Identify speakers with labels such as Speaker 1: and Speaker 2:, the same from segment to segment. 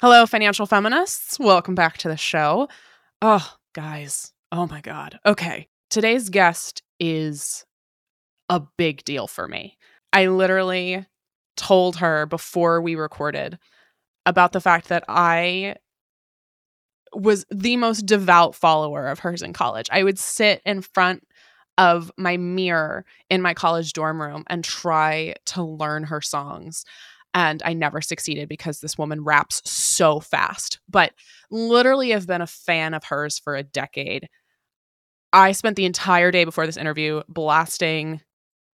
Speaker 1: Hello, financial feminists. Welcome back to the show. Oh, guys. Oh, my God. Okay. Today's guest is a big deal for me. I literally told her before we recorded about the fact that I was the most devout follower of hers in college. I would sit in front of my mirror in my college dorm room and try to learn her songs. And I never succeeded because this woman raps so fast. But literally, have been a fan of hers for a decade. I spent the entire day before this interview blasting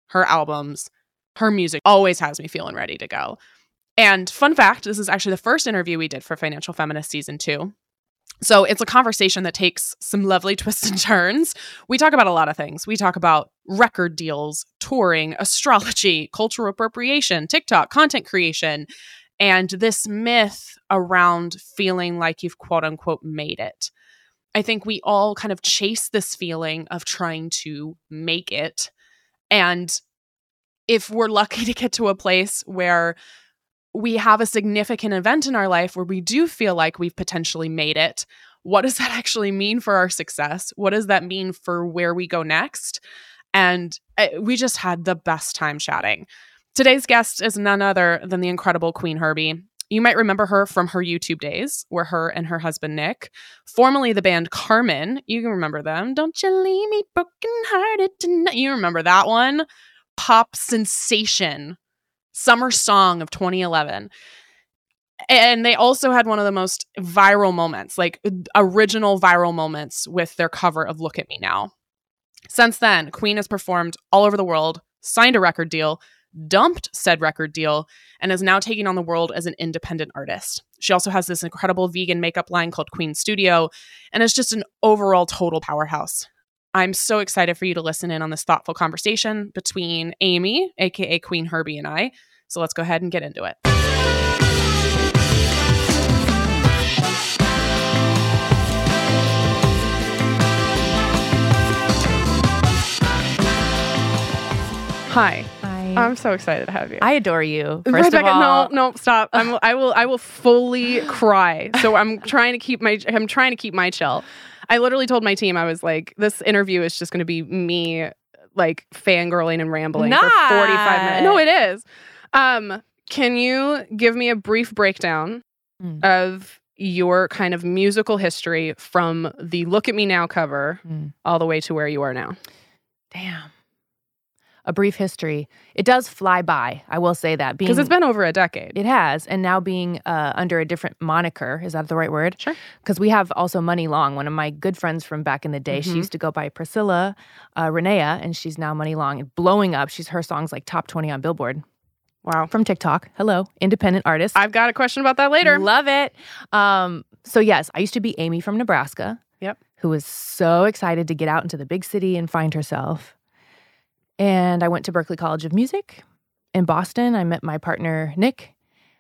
Speaker 1: her albums. Her music always has me feeling ready to go. And fun fact this is actually the first interview we did for Financial Feminist Season 2. So it's a conversation that takes some lovely twists and turns. We talk about a lot of things. We talk about record deals, touring, astrology, cultural appropriation, TikTok, content creation, and this myth around feeling like you've quote unquote made it. I think we all kind of chase this feeling of trying to make it. And if we're lucky to get to a place where we have a significant event in our life where we do feel like we've potentially made it, what does that actually mean for our success? What does that mean for where we go next? And uh, we just had the best time chatting. Today's guest is none other than the incredible Queen Herbie. You might remember her from her YouTube days, where her and her husband Nick, formerly the band Carmen, you can remember them. Don't you leave me broken hearted tonight. You remember that one? Pop sensation, summer song of 2011. And they also had one of the most viral moments, like original viral moments with their cover of Look at Me Now. Since then, Queen has performed all over the world, signed a record deal, dumped said record deal, and is now taking on the world as an independent artist. She also has this incredible vegan makeup line called Queen Studio and is just an overall total powerhouse. I'm so excited for you to listen in on this thoughtful conversation between Amy, aka Queen Herbie, and I. So let's go ahead and get into it. Hi,
Speaker 2: I
Speaker 1: I'm so excited to have you.
Speaker 2: I adore you. First
Speaker 1: Rebecca,
Speaker 2: of all,
Speaker 1: no, no, stop. I'm, I will, I will fully cry. So I'm trying to keep my, I'm trying to keep my chill. I literally told my team, I was like, this interview is just going to be me like fangirling and rambling for 45 minutes. No,
Speaker 2: Not.
Speaker 1: it is. Um, can you give me a brief breakdown
Speaker 2: Mm.
Speaker 1: of your kind of musical history from the Look at Me Now cover
Speaker 2: Mm.
Speaker 1: all the way to where you are now?
Speaker 2: damn. A brief history. It does fly by. I will say that
Speaker 1: Because
Speaker 2: Being-
Speaker 1: it's been over a decade.
Speaker 2: It has, and now being uh, under a different moniker is that the right word?
Speaker 1: Sure.
Speaker 2: Because we have also Money Long, one of my good friends from back in the day.
Speaker 1: Mhm.
Speaker 2: She used to go by Priscilla uh, Renea, and she's now Money Long and blowing up. She's her songs like top twenty on Billboard
Speaker 1: Wow.
Speaker 2: from TikTok. Hello, independent artist.
Speaker 1: I've got a question about that later.
Speaker 2: Love it. Um, so yes, I used to be Amy from Nebraska.
Speaker 1: Yep.
Speaker 2: Who was so excited to get out into the big city and find herself. And I went to Berkeley College of Music in Boston. I met my partner Nick.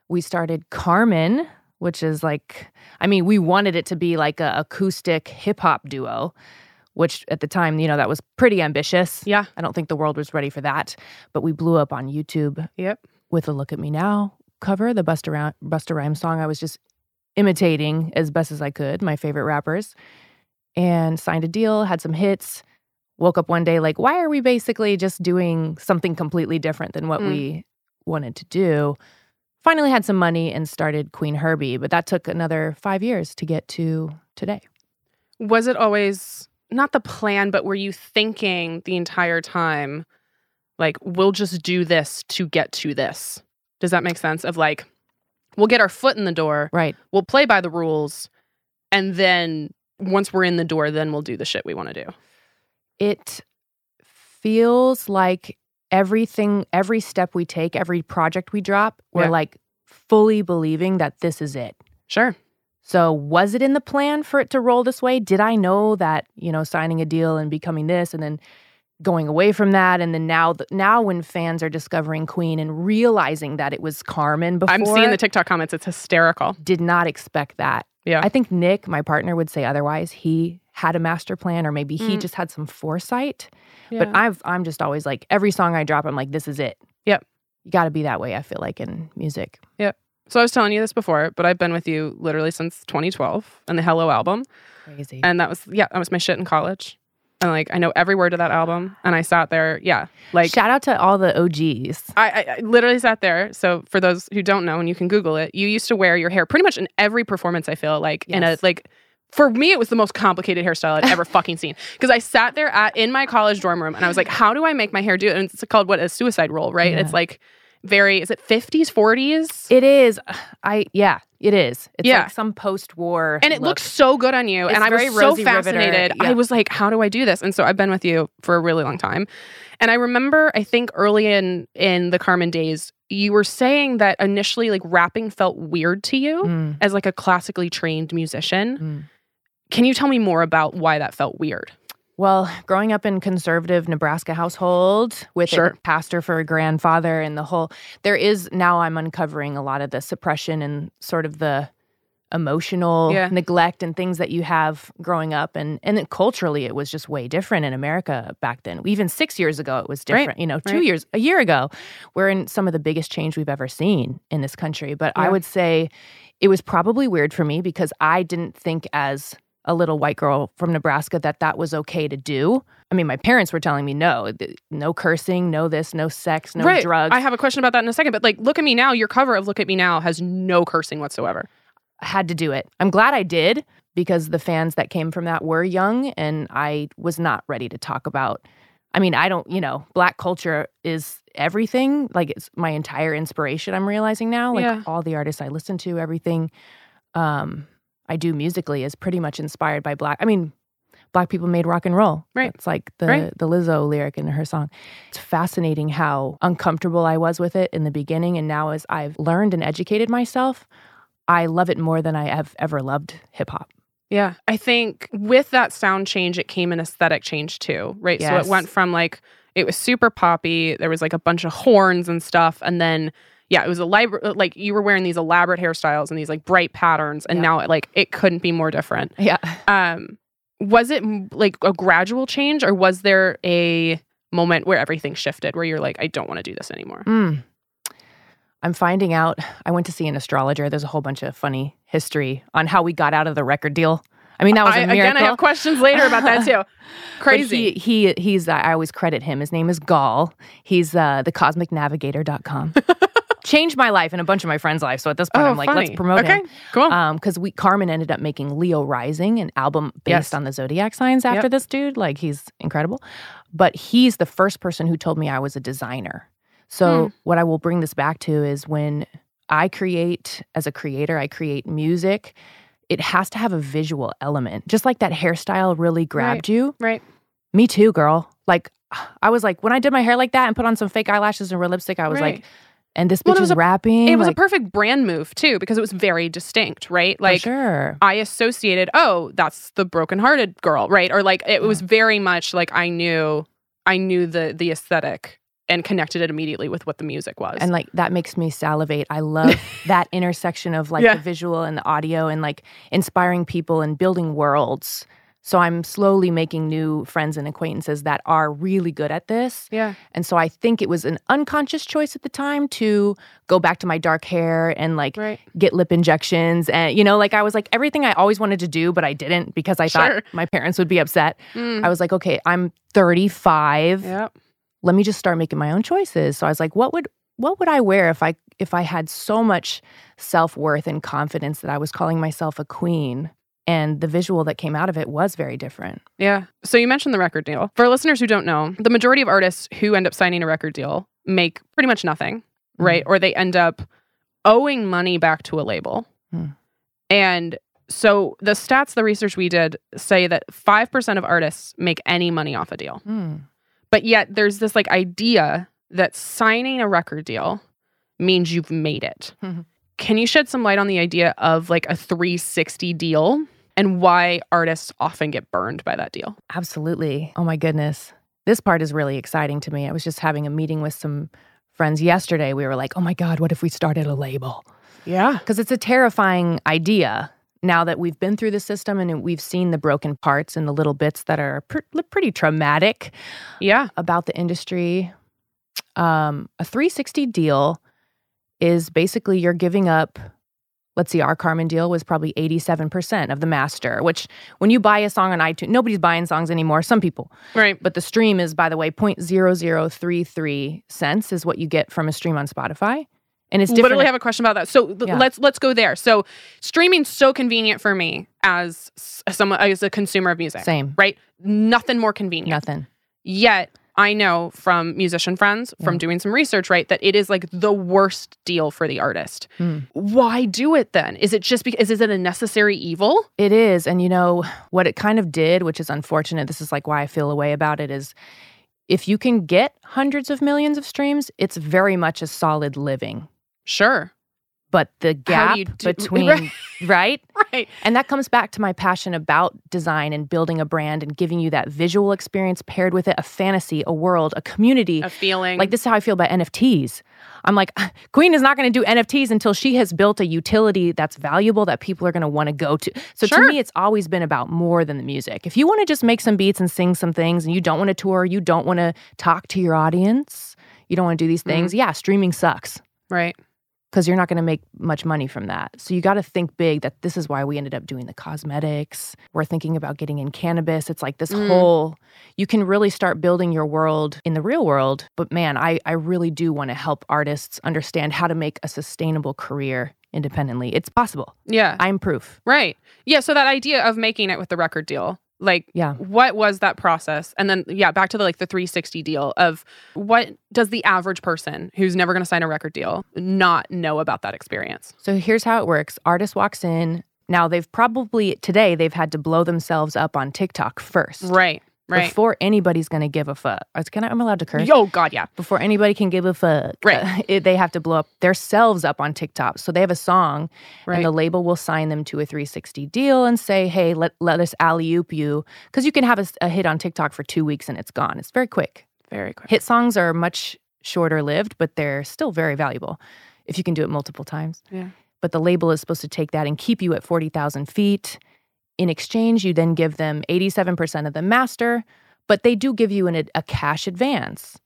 Speaker 2: We started Carmen, which is like I mean, we wanted it to be like a acoustic hip hop duo, which at the time, you know, that was pretty ambitious.
Speaker 1: Yeah.
Speaker 2: I don't think the world was ready for that, but we blew up on YouTube
Speaker 1: Yep.
Speaker 2: with a Look at Me Now cover, the Busta, Ra- Busta Rhymes song I was just imitating as best as I could, my favorite rappers, and signed a deal, had some hits. Woke up one day like, why are we basically just doing something completely different than what
Speaker 1: Mm.
Speaker 2: we wanted to do? Finally had some money and started Queen Herbie, but that took another five years to get to today.
Speaker 1: was it always not the plan but were you thinking the entire time like we'll just do this to get to this does that make sense of like we'll get our foot in the door
Speaker 2: Right.
Speaker 1: we'll play by the rules and then once we're in the door then we'll do the shit we want to do
Speaker 2: it feels like everything every step we take every project we drop we're
Speaker 1: Yeah.
Speaker 2: like fully believing that this is it
Speaker 1: sure
Speaker 2: so was it in the plan for it to roll this way did i know that you know signing a deal and becoming this and then going away from that and then now th- now when fans are discovering queen and realizing that it was carmen before
Speaker 1: i'm seeing the tiktok comments it's hysterical
Speaker 2: did not expect that
Speaker 1: Yeah.
Speaker 2: i think nick my partner would say otherwise he had a master plan or maybe he
Speaker 1: Mm.
Speaker 2: just had some foresight but I've I'm just always like every song I drop, I'm like, this is it.
Speaker 1: Yep.
Speaker 2: You got to be that way. I feel like in music.
Speaker 1: So I was telling you this before, but I've been with you literally since 2012 and the Hello album.
Speaker 2: Crazy.
Speaker 1: And that was, yeah, that was my shit in college. And like, I know every word of that album. And I sat there, yeah, like,
Speaker 2: Shout out to all the OGs.
Speaker 1: I, I, I literally sat there. So for those who don't know, and you can Google it, you used to wear your hair pretty much in every performance. I feel like in a
Speaker 2: Yes.
Speaker 1: like. For me, it was the most complicated hairstyle I'd ever fucking seen because I sat there at in my college dorm room and I was like, "How do I make my hair do?" it? And it's called what a suicide roll, right?
Speaker 2: Yeah.
Speaker 1: It's like very is it fifties, forties,
Speaker 2: It is. I yeah, it is. It's
Speaker 1: Yeah.
Speaker 2: like some post-war
Speaker 1: and it
Speaker 2: look.
Speaker 1: looks so good on you.
Speaker 2: It's
Speaker 1: and I was
Speaker 2: very
Speaker 1: so
Speaker 2: Rosie Riveter,
Speaker 1: fascinated.
Speaker 2: yeah.
Speaker 1: I was like, "How do I do this?" And so I've been with you for a really long time. And I remember, I think early in in the Carmen days, you were saying that initially, like rapping felt weird to you
Speaker 2: Mm,
Speaker 1: as like a classically trained musician.
Speaker 2: mm.
Speaker 1: Can you tell me more about why that felt weird?
Speaker 2: Well, growing up in conservative Nebraska household with
Speaker 1: Sure.
Speaker 2: a pastor for a grandfather and the whole there is now I'm uncovering a lot of the suppression and sort of the emotional
Speaker 1: Yeah.
Speaker 2: neglect and things that you have growing up and and then culturally it was just way different in America back then. Even 6 years ago it was
Speaker 1: Right,
Speaker 2: different, you know, 2
Speaker 1: right.
Speaker 2: years a year ago we're in some of the biggest change we've ever seen in this country, but I
Speaker 1: Yeah.
Speaker 2: would say it was probably weird for me because I didn't think as a little white girl from Nebraska that that was okay to do. I mean, my parents were telling me no, th- no cursing, no this, no sex, no
Speaker 1: right.
Speaker 2: drugs.
Speaker 1: I have a question about that in a second, but like, look at me now. Your cover of "Look at Me Now" has no cursing whatsoever.
Speaker 2: I had to do it. I'm glad I did because the fans that came from that were young and I was not ready to talk about. I mean, I don't, you know, black culture is everything. Like it's my entire inspiration I'm realizing now. Like
Speaker 1: Yeah.
Speaker 2: all the artists I listen to, everything um I do musically is pretty much inspired by black. I mean, black people made rock and roll.
Speaker 1: Right.
Speaker 2: It's like the
Speaker 1: Right.
Speaker 2: the Lizzo lyric in her song. It's fascinating how uncomfortable I was with it in the beginning and now as I've learned and educated myself, I love it more than I have ever loved hip hop.
Speaker 1: Yeah. I think with that sound change, it came an aesthetic change too, right? So
Speaker 2: Yes.
Speaker 1: it went from like, it was super poppy. There was like a bunch of horns and stuff. And then, yeah, it was a libra- uh, like you were wearing these elaborate hairstyles and these like bright patterns. And
Speaker 2: Yeah.
Speaker 1: now it like, it couldn't be more different.
Speaker 2: Yeah.
Speaker 1: Um, was it m- like a gradual change or was there a moment where everything shifted where you're like, I don't want to do this anymore?
Speaker 2: Mm. I'm finding out I went to see an astrologer. There's a whole bunch of funny history on how we got out of the record deal. I mean, that was
Speaker 1: I,
Speaker 2: a miracle.
Speaker 1: again, I have questions later about that too.
Speaker 2: But
Speaker 1: Crazy.
Speaker 2: He, he he's I always credit him. His name is Gall. He's uh, the cosmicnavigator.com. Changed my life and a bunch of my friends' life. So at this point,
Speaker 1: oh,
Speaker 2: I'm like,
Speaker 1: funny.
Speaker 2: let's promote
Speaker 1: okay,
Speaker 2: him. Uh,
Speaker 1: cool.
Speaker 2: because Um, we Carmen ended up making Leo Rising, an album based
Speaker 1: Yes.
Speaker 2: on the zodiac signs. After this dude, like he's incredible, but he's the first person who told me I was a designer.
Speaker 1: Hmm.
Speaker 2: So what I will bring this back to is when I create as a creator, I create music. It has to have a visual element, just like that hairstyle really grabbed you.
Speaker 1: right.
Speaker 2: Me too, girl. Like I was like when I did my hair like that and put on some fake eyelashes and real lipstick, I was
Speaker 1: Right.
Speaker 2: like, and this bitch
Speaker 1: Well, it was
Speaker 2: is
Speaker 1: a-
Speaker 2: rapping.
Speaker 1: It was a
Speaker 2: like,
Speaker 1: perfect brand move too, because it was very distinct, right?
Speaker 2: for
Speaker 1: Like
Speaker 2: sure.
Speaker 1: I associated, oh, that's the brokenhearted girl, right? Or like it was very much like I knew, I knew the the aesthetic and connected it immediately with what the music was.
Speaker 2: And like that makes me salivate. I love that intersection of like
Speaker 1: Yeah.
Speaker 2: the visual and the audio and like inspiring people and building worlds. So I'm slowly making new friends and acquaintances that are really good at this.
Speaker 1: yeah,
Speaker 2: And so I think it was an unconscious choice at the time to go back to my dark hair and like
Speaker 1: right.
Speaker 2: get lip injections and you know like I was like everything I always wanted to do but I didn't because I
Speaker 1: Sure.
Speaker 2: thought my parents would be upset.
Speaker 1: Mm.
Speaker 2: I was like okay, I'm 35
Speaker 1: Yeah.
Speaker 2: let me just start making my own choices. So I was like, what would what would I wear if I if I had so much self-worth and confidence that I was calling myself a queen? And the visual that came out of it was very different.
Speaker 1: Yeah. So you mentioned the record deal. For listeners who don't know, the majority of artists who end up signing a record deal make pretty much nothing, right? Or they end up owing money back to a label.
Speaker 2: Hmm.
Speaker 1: And so the stats, the research we did say that 5% of artists make any money off a deal.
Speaker 2: Hmm.
Speaker 1: But yet there's this like idea that signing a record deal means you've made it.
Speaker 2: Mhm.
Speaker 1: Can you shed some light on the idea of like a 360 deal and why artists often get burned by that deal?
Speaker 2: Absolutely. Oh my goodness. This part is really exciting to me. I was just having a meeting with some friends yesterday. We were like, oh my God, what if we started a label?
Speaker 1: Yeah.
Speaker 2: Because it's a terrifying idea now that we've been through the system and we've seen the broken parts and the little bits that are pr- pretty traumatic.
Speaker 1: Yeah.
Speaker 2: about the industry. Um, a 360 deal is basically you're giving up. Let's see, our Carmen deal was probably 87% of the master, which when you buy a song on iTunes, nobody's buying songs anymore. Some people,
Speaker 1: Right.
Speaker 2: but the stream is, by the way, 0.0033 cents is what you get from a stream on Spotify. And it's different.
Speaker 1: literally have a question about that. So th-
Speaker 2: Yeah.
Speaker 1: let's let's go there. So streaming's so convenient for me as s- someone as a consumer of music.
Speaker 2: Same.
Speaker 1: Right? Nothing more convenient.
Speaker 2: Nothing.
Speaker 1: Yet I know from musician friends from
Speaker 2: Yeah.
Speaker 1: doing some research, right, that it is like the worst deal for the artist.
Speaker 2: Hmm.
Speaker 1: Why do it then? Is it just because is it a necessary evil?
Speaker 2: It is. And you know, what it kind of did, which is unfortunate, this is like why I feel a way about it, is if you can get hundreds of millions of streams, it's very much a solid living.
Speaker 1: Sure.
Speaker 2: But the gap
Speaker 1: you do-
Speaker 2: between,
Speaker 1: right.
Speaker 2: right.
Speaker 1: Right.
Speaker 2: And that comes back to my passion about design and building a brand and giving you that visual experience paired with it, a fantasy, a world, a community.
Speaker 1: A feeling.
Speaker 2: Like, this is how I feel about NFTs. I'm like, Queen is not going to do NFTs until she has built a utility that's valuable that people are going to want to go to. So
Speaker 1: Sure.
Speaker 2: to me, it's always been about more than the music. If you want to just make some beats and sing some things and you don't want to tour, you don't want to talk to your audience, you don't want to do these things, yeah, streaming sucks
Speaker 1: right.
Speaker 2: because you're not going to make much money from that. So you got to think big that this is why we ended up doing the cosmetics. We're thinking about getting in cannabis. It's like this
Speaker 1: Mm.
Speaker 2: whole you can really start building your world in the real world. But man, I I really do want to help artists understand how to make a sustainable career independently. It's possible.
Speaker 1: Yeah.
Speaker 2: I'm proof.
Speaker 1: Right. Yeah. So that idea of making it with the record deal, like,
Speaker 2: Yeah.
Speaker 1: what was that process? And then, yeah, back to the like the 360 deal of what does the average person who's never going to sign a record deal not know about that experience?
Speaker 2: So here's how it works. Artist walks in. Now they've probably today they've had to blow themselves up on TikTok first.
Speaker 1: Right. Right.
Speaker 2: Before anybody's going to give a fuck. Can I, I'm allowed to curse.
Speaker 1: Yo, God, yeah.
Speaker 2: before anybody can give a fuck. Uh,
Speaker 1: Right.
Speaker 2: it- they have to blow up themselves up on TikTok. So they have a song,
Speaker 1: Right.
Speaker 2: and the label will sign them to a 360 deal and say, hey, let, let us alley oop you. Because you can have a, s- a hit on TikTok for two weeks and it's gone. It's very quick.
Speaker 1: Very quick.
Speaker 2: Hit songs are much shorter lived, but they're still very valuable if you can do it multiple times.
Speaker 1: Yeah.
Speaker 2: But the label is supposed to take that and keep you at 40,000 feet. In exchange, you then give them 87% of the master, but they do give you an, a cash advance.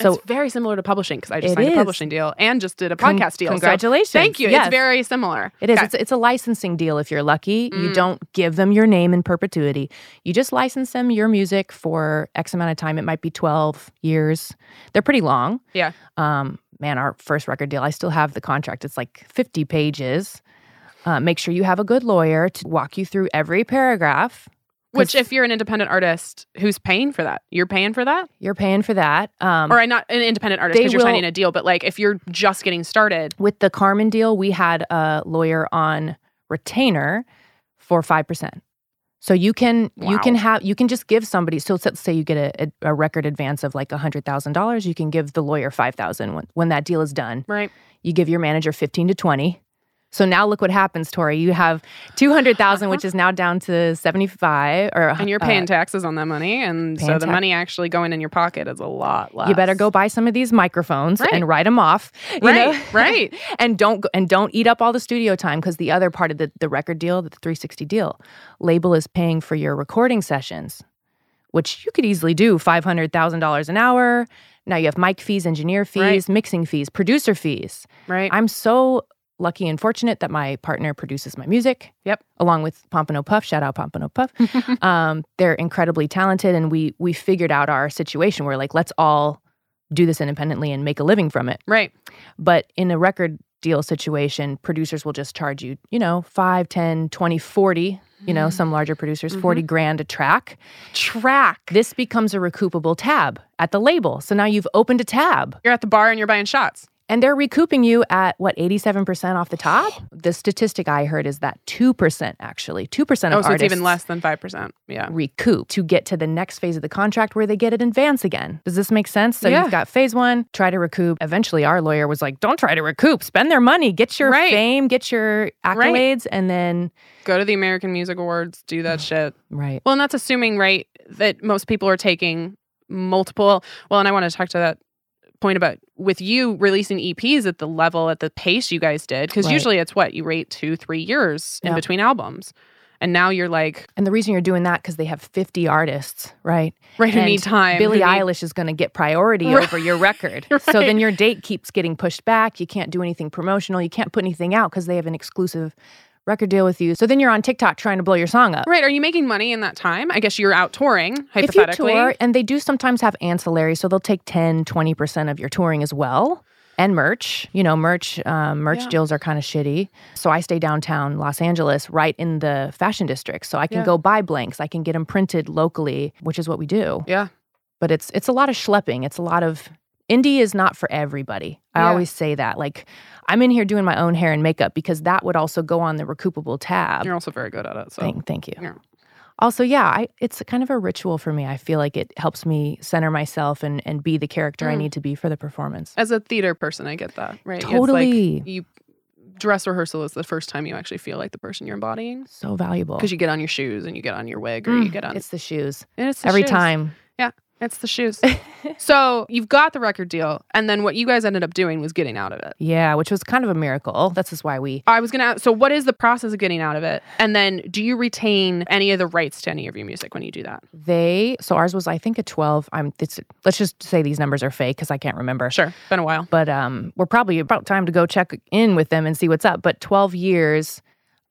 Speaker 1: So
Speaker 2: So
Speaker 1: it's very similar to publishing because I just
Speaker 2: It
Speaker 1: signed a
Speaker 2: is.
Speaker 1: publishing deal and just did a
Speaker 2: Con-
Speaker 1: podcast deal. So
Speaker 2: Congratulations.
Speaker 1: thank you.
Speaker 2: Yes,
Speaker 1: It's very similar.
Speaker 2: It is.
Speaker 1: Okay.
Speaker 2: It's, it's a licensing deal if you're lucky.
Speaker 1: Mm.
Speaker 2: You don't give them your name in perpetuity. You just license them your music for X amount of time. It might be 12 years. They're pretty long.
Speaker 1: Yeah.
Speaker 2: Um, man, our first record deal, I still have the contract. It's like 50 pages. Uh, make sure you have a good lawyer to walk you through every paragraph.
Speaker 1: Which, if you're an independent artist, who's paying for that? You're paying for that?
Speaker 2: You're paying for that. Um,
Speaker 1: or I not an independent artist
Speaker 2: they
Speaker 1: because you're
Speaker 2: will-
Speaker 1: signing a deal, but like if you're just getting started,
Speaker 2: With the Carmen deal, we had a lawyer on retainer for five percent. So you can you
Speaker 1: Wow.
Speaker 2: can have you can just give somebody. So let's say you get a, a, a record advance of like hundred thousand dollars. You can give the lawyer five thousand when when that deal is done.
Speaker 1: right?
Speaker 2: You give your manager fifteen to twenty. So now look what happens, Tori. You have two hundred thousand, which is now down to seventy five. Or
Speaker 1: and you're
Speaker 2: uh,
Speaker 1: paying taxes on that money, and so
Speaker 2: paying
Speaker 1: the
Speaker 2: tax-
Speaker 1: money actually going in your pocket is a lot less.
Speaker 2: you better go buy some of these microphones
Speaker 1: Right.
Speaker 2: and write them off. You
Speaker 1: right,
Speaker 2: know?
Speaker 1: right.
Speaker 2: and don't go- and don't eat up all the studio time because the other part of the, the record deal the 360 deal label is paying for your recording sessions which you could easily do $500000 an hour now you have mic fees engineer
Speaker 1: Right.
Speaker 2: fees mixing fees producer fees
Speaker 1: Right.
Speaker 2: i'm so lucky and fortunate that my partner produces my music
Speaker 1: Yep.
Speaker 2: along with pompano puff shout out pompano puff um, they're incredibly talented and we we figured out our situation where like let's all do this independently and make a living from it
Speaker 1: right.
Speaker 2: but in a record deal situation, producers will just charge you, you know, 5, 10, 20, 40, you
Speaker 1: Mm.
Speaker 2: know, some larger producers,
Speaker 1: Mm-hmm.
Speaker 2: 40 grand a track.
Speaker 1: Track.
Speaker 2: This becomes a recoupable tab at the label. So now you've opened a tab
Speaker 1: You're at the bar and you're buying shots.
Speaker 2: and they're recouping you at what, 87% off the top? The statistic I heard is that 2% actually, 2% of
Speaker 1: Oh, so it's
Speaker 2: artists
Speaker 1: even less than five percent. Yeah.
Speaker 2: recoup to get to the next phase of the contract where they get an advance again. Does this make sense? So
Speaker 1: Yeah.
Speaker 2: you've got phase one, try to recoup. Eventually, our lawyer was like, don't try to recoup, spend their money, get your
Speaker 1: Right.
Speaker 2: fame, get your
Speaker 1: Right.
Speaker 2: accolades, and then,
Speaker 1: Go to the American Music Awards. Do that shit.
Speaker 2: right.
Speaker 1: Well, and that's assuming, right, that most people are taking multiple. Well, and I want to talk to that point about with you releasing EPs at the level, at the pace you guys did, because
Speaker 2: Right.
Speaker 1: usually it's what you rate two, three years in
Speaker 2: Yeah.
Speaker 1: between albums. And now you're like,
Speaker 2: And the reason you're doing that because they have 50 artists, right?
Speaker 1: right, who
Speaker 2: And
Speaker 1: need time?
Speaker 2: Billie
Speaker 1: who need-
Speaker 2: Eilish is going to get priority
Speaker 1: Right.
Speaker 2: over your record.
Speaker 1: Right.
Speaker 2: So then your date keeps getting pushed back. You can't do anything promotional. You can't put anything out because they have an exclusive record deal with you. So then you're on TikTok trying to blow your song up.
Speaker 1: Right. Are you making money in that time? I guess you're out touring,
Speaker 2: If you
Speaker 1: hypothetically.
Speaker 2: tour, and they do sometimes have ancillary, so they'll take 10, 20% of your touring as well. And merch, you know, merch, um, merch
Speaker 1: Yeah.
Speaker 2: deals are kind of shitty. So I stay downtown Los Angeles, right in the fashion district. So I can
Speaker 1: Yeah.
Speaker 2: go buy blanks. I can get them printed locally, which is what we do.
Speaker 1: Yeah.
Speaker 2: but it's it's a lot of schlepping. It's a lot of indie is not for everybody. I
Speaker 1: Yeah.
Speaker 2: always say that. Like I'm in here doing my own hair and makeup because that would also go on the recoupable tab.
Speaker 1: You're also very good at it. So
Speaker 2: Thank, thank you.
Speaker 1: Oh. Yeah.
Speaker 2: Also, yeah, I, it's kind of a ritual for me. I feel like it helps me center myself and and be the character I
Speaker 1: Mm.
Speaker 2: need to be for the performance.
Speaker 1: as a theater person, I get that. Right. It's like
Speaker 2: Totally.
Speaker 1: you dress rehearsal is the first time you actually feel like the person you're embodying
Speaker 2: so valuable.
Speaker 1: because you get on your shoes and you get on your wig or you
Speaker 2: Mm,
Speaker 1: get on
Speaker 2: It's the shoes
Speaker 1: and it's the
Speaker 2: every
Speaker 1: shoes.
Speaker 2: time.
Speaker 1: It's the shoes. so you've got the record deal, and then what you guys ended up doing was getting out of it.
Speaker 2: Yeah, which was kind of a miracle. That's just why we
Speaker 1: I was gonna. Ask, so what is the process of getting out of it? And then do you retain any of the rights to any of your music when you do that?
Speaker 2: they so ours was I think a twelve. I'm it's, let's just say these numbers are fake because I can't remember.
Speaker 1: Sure, been a while.
Speaker 2: but um, we're probably about time to go check in with them and see what's up. But 12 years,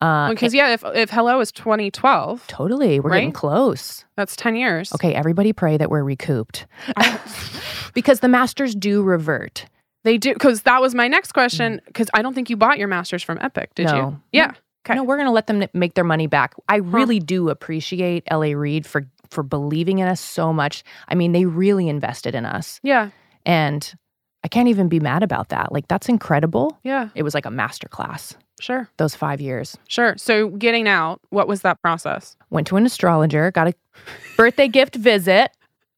Speaker 2: uh,
Speaker 1: Because yeah, if if Hello is 2012,
Speaker 2: totally, we're getting
Speaker 1: Right?
Speaker 2: close.
Speaker 1: that's 10 years.
Speaker 2: Okay, everybody pray that we're recouped
Speaker 1: I-
Speaker 2: because the masters do revert.
Speaker 1: they do because that was my next question. Because I don't think you bought your masters from Epic, did you?
Speaker 2: No.
Speaker 1: Yeah. Okay.
Speaker 2: No, we're going to let them n- make their money back. I really do appreciate LA Reid for for believing in us so much. I mean, they really invested in us,
Speaker 1: Yeah.
Speaker 2: and I can't even be mad about that. Like that's incredible.
Speaker 1: Yeah.
Speaker 2: It was like a masterclass.
Speaker 1: Sure.
Speaker 2: Those five years.
Speaker 1: Sure. So getting out, what was that process?
Speaker 2: Went to an astrologer, got a birthday gift visit.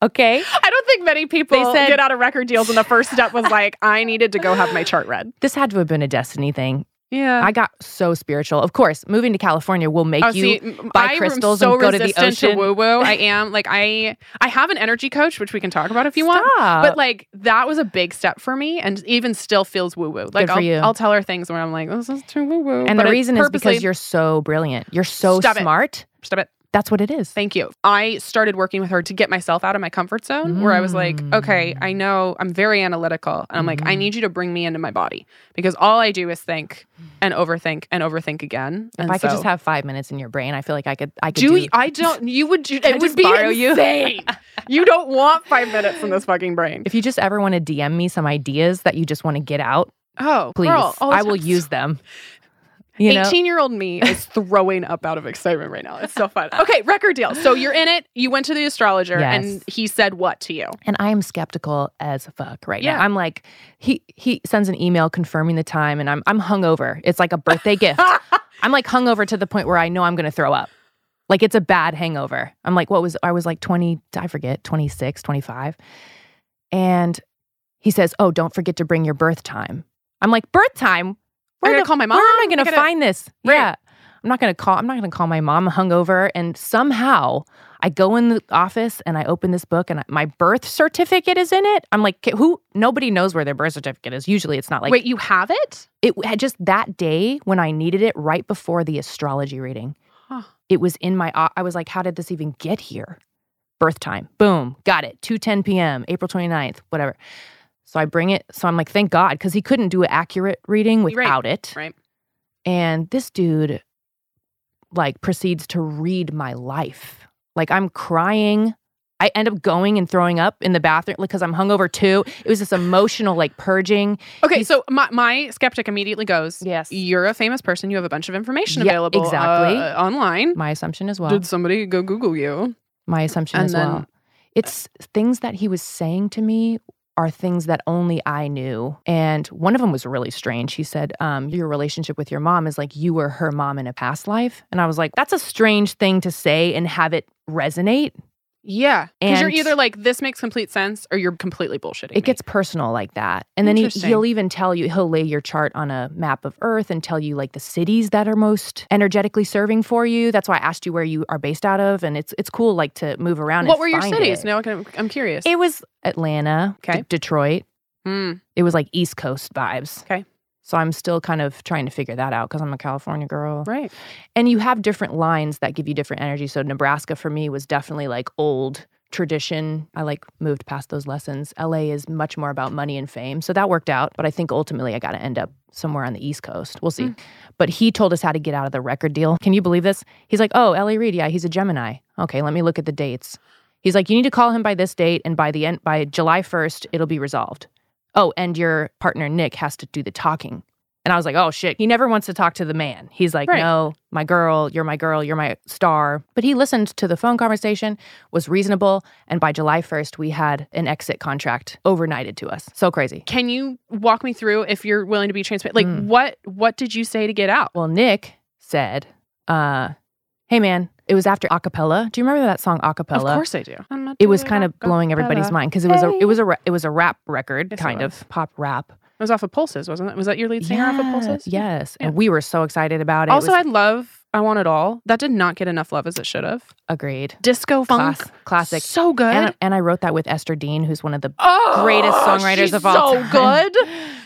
Speaker 2: Okay.
Speaker 1: I don't think many people
Speaker 2: said-
Speaker 1: get out of record deals, and the first step was like, I needed to go have my chart read.
Speaker 2: this had to have been a destiny thing.
Speaker 1: Yeah.
Speaker 2: I got so spiritual. Of course, moving to California will make
Speaker 1: Oh, see,
Speaker 2: you.
Speaker 1: m-
Speaker 2: buy
Speaker 1: I am
Speaker 2: crystals
Speaker 1: so
Speaker 2: and go to the
Speaker 1: resistant
Speaker 2: ocean.
Speaker 1: woo woo. I am like I I have an energy coach, which we can talk about if you want.
Speaker 2: Stop.
Speaker 1: But like that was a big step for me, and even still feels woo woo. Like
Speaker 2: for
Speaker 1: I'll,
Speaker 2: you.
Speaker 1: I'll tell her things where I'm like, this is too woo woo.
Speaker 2: and
Speaker 1: But
Speaker 2: the
Speaker 1: I
Speaker 2: reason is because
Speaker 1: purposely-
Speaker 2: you're so brilliant. You're so
Speaker 1: Stop it.
Speaker 2: smart.
Speaker 1: Stop it.
Speaker 2: That's what it is.
Speaker 1: Thank you. I started working with her to get myself out of my comfort zone, where I was like,
Speaker 2: Mm.
Speaker 1: okay, I know I'm very analytical, and I'm like, I
Speaker 2: Mhm.
Speaker 1: need you to bring me into my body because all I do is think and overthink and overthink again.
Speaker 2: If
Speaker 1: and
Speaker 2: I could
Speaker 1: so-
Speaker 2: just have five minutes in your brain, I feel like I could. I could
Speaker 1: Do
Speaker 2: do.
Speaker 1: you- I don't. You would. do-
Speaker 2: Can I
Speaker 1: It would
Speaker 2: just
Speaker 1: be
Speaker 2: borrow you?
Speaker 1: insane. You? don't want five minutes in this fucking brain.
Speaker 2: if you just ever want to DM me some ideas that you just want to get out,
Speaker 1: Oh,
Speaker 2: please,
Speaker 1: girl, all
Speaker 2: I
Speaker 1: the
Speaker 2: will
Speaker 1: time.
Speaker 2: use them. You know,
Speaker 1: Eighteen-year-old me is throwing up out of excitement right now. It's so fun. Okay, record deal. So you're in it. You went to the astrologer,
Speaker 2: Yes.
Speaker 1: and he said what to you?
Speaker 2: and I am skeptical as fuck right
Speaker 1: Yeah.
Speaker 2: now. I'm like, he he sends an email confirming the time, and I'm I'm hungover. It's like a birthday gift. I'm like hungover to the point where I know I'm going to throw up. Like it's a bad hangover. I'm like, what was, I was like 20, I forget, 26, 25. And he says, oh, don't forget to bring your birth time. I'm like, birth time?
Speaker 1: I gotta
Speaker 2: the-
Speaker 1: call my
Speaker 2: Where am I
Speaker 1: mom.
Speaker 2: going
Speaker 1: I
Speaker 2: to
Speaker 1: gotta-
Speaker 2: find this?
Speaker 1: Right.
Speaker 2: Yeah. I'm not going to call, I'm not going to call my mom hungover. And somehow I go in the office and I open this book and I, my birth certificate is in it. I'm like, "K- who, nobody knows where their birth certificate is. Usually it's not like,
Speaker 1: Wait, you have it?
Speaker 2: it had just that day when I needed it right before the astrology reading.
Speaker 1: Huh.
Speaker 2: It was in my, I was like, how did this even get here? Birth time. Boom. Got it. 2.10 p.m., April 29th, whatever. So I bring it. So I'm like, thank God, because he couldn't do an accurate reading
Speaker 1: Right.
Speaker 2: without it.
Speaker 1: Right.
Speaker 2: And this dude like proceeds to read my life. Like I'm crying. I end up going and throwing up in the bathroom because I'm hungover too. It was this emotional like purging.
Speaker 1: Okay,
Speaker 2: He's-
Speaker 1: so my, my skeptic immediately goes,
Speaker 2: Yes.
Speaker 1: "You're a famous person. You have a bunch of information
Speaker 2: Yeah,
Speaker 1: available uh,
Speaker 2: exactly.
Speaker 1: online.
Speaker 2: My assumption as well.
Speaker 1: Did somebody go Google you?
Speaker 2: my assumption
Speaker 1: And
Speaker 2: as
Speaker 1: then-
Speaker 2: well. It's things that he was saying to me are things that only I knew. And one of them was really strange. He said, um, Your relationship with your mom is like you were her mom in a past life. And I was like, That's a strange thing to say and have it resonate.
Speaker 1: Yeah, because you're
Speaker 2: And-
Speaker 1: either like this makes complete sense, or you're completely bullshitting. me.
Speaker 2: It gets personal like that. And then he,
Speaker 1: Interesting.
Speaker 2: he'll even tell you, he'll lay your chart on a map of Earth and tell you like the cities that are most energetically serving for you. That's why I asked you where you are based out of. And it's it's cool like to move around.
Speaker 1: What
Speaker 2: and
Speaker 1: were your
Speaker 2: find
Speaker 1: cities?
Speaker 2: it.
Speaker 1: Now I can- I'm curious.
Speaker 2: It was Atlanta,
Speaker 1: Okay.
Speaker 2: D- Detroit.
Speaker 1: Hmm.
Speaker 2: It was like East Coast vibes.
Speaker 1: Okay.
Speaker 2: So I'm still kind of trying to figure that out because I'm a California girl.
Speaker 1: Right.
Speaker 2: And you have different lines that give you different energy. So Nebraska for me was definitely like old tradition. I like moved past those lessons. LA is much more about money and fame. So that worked out, but I think ultimately I got to end up somewhere on the East Coast. We'll see.
Speaker 1: Mm.
Speaker 2: But he told us how to get out of the record deal. Can you believe this? He's like, "Oh, LA Reid, yeah, he's a Gemini." Okay, let me look at the dates. He's like, "You need to call him by this date and by the end by July 1st, it'll be resolved." Oh, and your partner Nick has to do the talking. And I was like, "Oh shit, he never wants to talk to the man." He's like,
Speaker 1: Right.
Speaker 2: "No, my girl, you're my girl, you're my star." But he listened to the phone conversation, was reasonable, and by July 1st, we had an exit contract overnighted to us. So crazy.
Speaker 1: Can you walk me through if you're willing to be transparent? Like
Speaker 2: Mm.
Speaker 1: what what did you say to get out?
Speaker 2: Well, Nick said, uh, hey man, it was after acapella. Do you remember that song acapella?
Speaker 1: Of course I do. I'm not
Speaker 2: It was
Speaker 1: doing
Speaker 2: kind of blowing everybody's
Speaker 1: acapella.
Speaker 2: mind because it was a it was a ra- it was a rap record,
Speaker 1: Yes, it
Speaker 2: kind
Speaker 1: was.
Speaker 2: of pop rap.
Speaker 1: It was off of Pulses, wasn't it? Was that your lead singer off of Pulses?
Speaker 2: Yes,
Speaker 1: Yeah.
Speaker 2: and we were so excited about it. It
Speaker 1: Also,
Speaker 2: was-
Speaker 1: I love I Want It All. That did not get enough love as it should have.
Speaker 2: agreed,
Speaker 1: Disco funk.
Speaker 2: Class, classic,
Speaker 1: So good.
Speaker 2: and, and I wrote that with Esther Dean, who's one of the
Speaker 1: oh,
Speaker 2: greatest songwriters
Speaker 1: she's
Speaker 2: of all
Speaker 1: so
Speaker 2: time.
Speaker 1: good.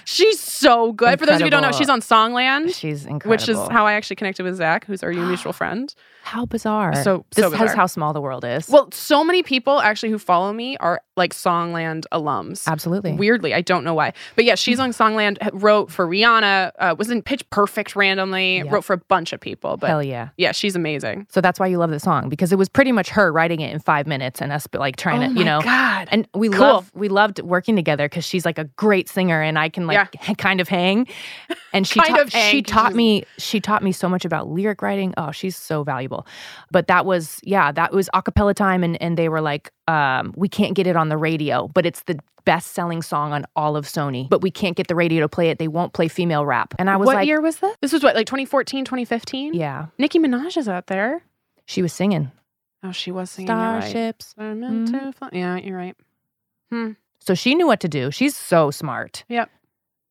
Speaker 1: She's so good. For those of you who don't know,
Speaker 2: Incredible.
Speaker 1: she's on Songland,
Speaker 2: she's incredible.
Speaker 1: which is how I actually connected with Zach, who's our mutual friend.
Speaker 2: how bizarre.
Speaker 1: So-
Speaker 2: this
Speaker 1: so
Speaker 2: is
Speaker 1: bizarre.
Speaker 2: how small the world is.
Speaker 1: Well, so many people actually who follow me are like Songland alums.
Speaker 2: absolutely. Mm.
Speaker 1: Weirdly, I don't know why, but yeah, she's on Songland. h- Wrote for Rihanna. Uh, was in Pitch Perfect randomly.
Speaker 2: Yep.
Speaker 1: Wrote for a bunch of people, but
Speaker 2: Hell yeah.
Speaker 1: yeah, she's amazing.
Speaker 2: So that's why you love the song because it was pretty much her writing it in five minutes and us like trying to, you know.
Speaker 1: Oh God,
Speaker 2: And we
Speaker 1: Cool.
Speaker 2: love we loved working together because she's like a great singer and I can like kind of hang. And she
Speaker 1: Kind
Speaker 2: taught,
Speaker 1: of hang,
Speaker 2: she
Speaker 1: 'cause
Speaker 2: taught
Speaker 1: she's-
Speaker 2: me she taught me so much about lyric writing. Oh, she's so valuable. But that was yeah, that was acapella time and and they were like, um, we can't get it on the radio, but it's the best selling song on all of Sony. But we can't get the radio to play it. They won't play female rap. And I was
Speaker 1: what
Speaker 2: like,
Speaker 1: year was this? This was what, like 2014, 2015?
Speaker 2: yeah,
Speaker 1: Nicki Minaj is out there.
Speaker 2: she was singing
Speaker 1: Oh, she was singing. you're right.
Speaker 2: Starships.
Speaker 1: They're meant
Speaker 2: Mhm.
Speaker 1: to fly- Yeah, you're right.
Speaker 2: So she knew what to do. She's so smart.
Speaker 1: Yep.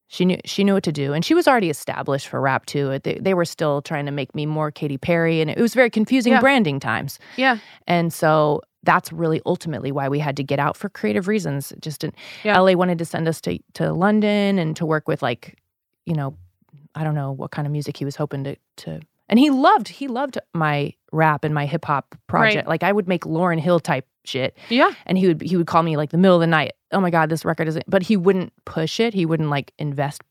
Speaker 2: She knew she knew what to do, and she was already established for rap too. They, they were still trying to make me more Katy Perry, and it was very confusing
Speaker 1: Yeah.
Speaker 2: branding times.
Speaker 1: Yeah.
Speaker 2: And so that's really ultimately why we had to get out for creative reasons. It Just in,
Speaker 1: Yeah.
Speaker 2: LA wanted to send us to to London and to work with like, you know, I don't know what kind of music he was hoping to to. And he loved he loved my rap and my hip hop project. Like I would make Lauren Hill type shit
Speaker 1: Yeah.
Speaker 2: and he would he would call me like the middle of the night. Oh my god, this record isn't. But he wouldn't push it. He wouldn't like invest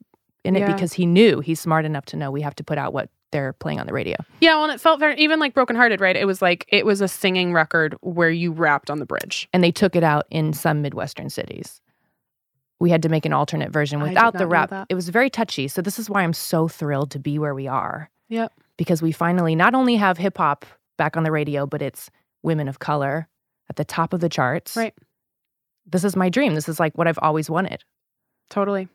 Speaker 2: in it
Speaker 1: Yeah.
Speaker 2: because he knew he's smart enough to know we have to put out what they're playing on the radio.
Speaker 1: Yeah. Well, and it felt very, even like Broken Hearted, right? It was like, it was a singing record where you rapped on the bridge.
Speaker 2: And they took it out in some midwestern cities. We had to make an alternate version
Speaker 1: I did
Speaker 2: without the
Speaker 1: not know
Speaker 2: rap.
Speaker 1: that.
Speaker 2: It was very touchy. So this is why I'm so thrilled to be where we are.
Speaker 1: Yep.
Speaker 2: Because we finally not only have hip hop back on the radio, but it's women of color at the top of the charts.
Speaker 1: Right.
Speaker 2: This is my dream. This is like what I've always wanted.
Speaker 1: Totally.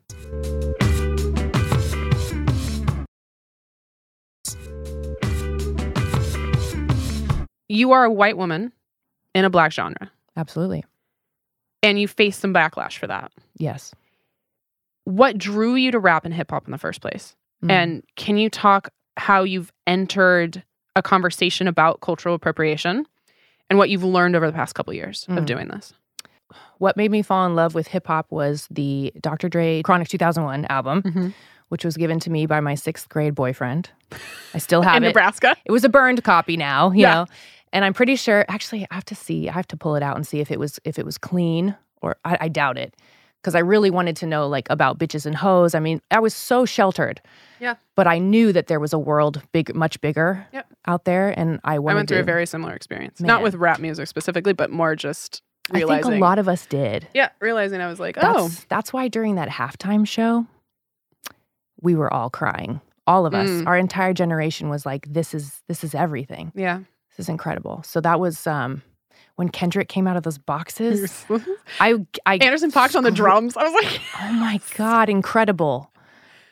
Speaker 1: You are a white woman in a black genre,
Speaker 2: Absolutely.
Speaker 1: and you faced some backlash for that.
Speaker 2: Yes.
Speaker 1: What drew you to rap and hip hop in the first place?
Speaker 2: Mm.
Speaker 1: And can you talk how you've entered a conversation about cultural appropriation and what you've learned over the past couple years of
Speaker 2: Mm.
Speaker 1: doing this?
Speaker 2: what made me fall in love with hip hop was the Dr. Dre Chronic 2001 album,
Speaker 1: Mm.
Speaker 2: which was given to me by my sixth grade boyfriend. I still have
Speaker 1: In
Speaker 2: it.
Speaker 1: Nebraska?
Speaker 2: It was a burned copy now, you
Speaker 1: Yeah.
Speaker 2: know. And I'm pretty sure. Actually, I have to see. I have to pull it out and see if it was if it was clean or I, I doubt it because I really wanted to know like about bitches and hoes. I mean, I was so sheltered.
Speaker 1: Yeah.
Speaker 2: But I knew that there was a world big, much bigger
Speaker 1: Yep.
Speaker 2: out there, and I wanted
Speaker 1: I went through
Speaker 2: to,
Speaker 1: a very similar experience.
Speaker 2: Man.
Speaker 1: Not with rap music specifically, but more just
Speaker 2: I
Speaker 1: realizing.
Speaker 2: think a lot of us did.
Speaker 1: yeah, realizing I was like, oh,
Speaker 2: That's, that's why during that halftime show, we were all crying. All of us,
Speaker 1: Mm.
Speaker 2: our entire generation was like, "This is this is everything.
Speaker 1: yeah.
Speaker 2: This is incredible." So that was um, when Kendrick came out of those boxes.
Speaker 1: Anderson
Speaker 2: I, I,
Speaker 1: Fox on the drums. I was like,
Speaker 2: oh my god, incredible!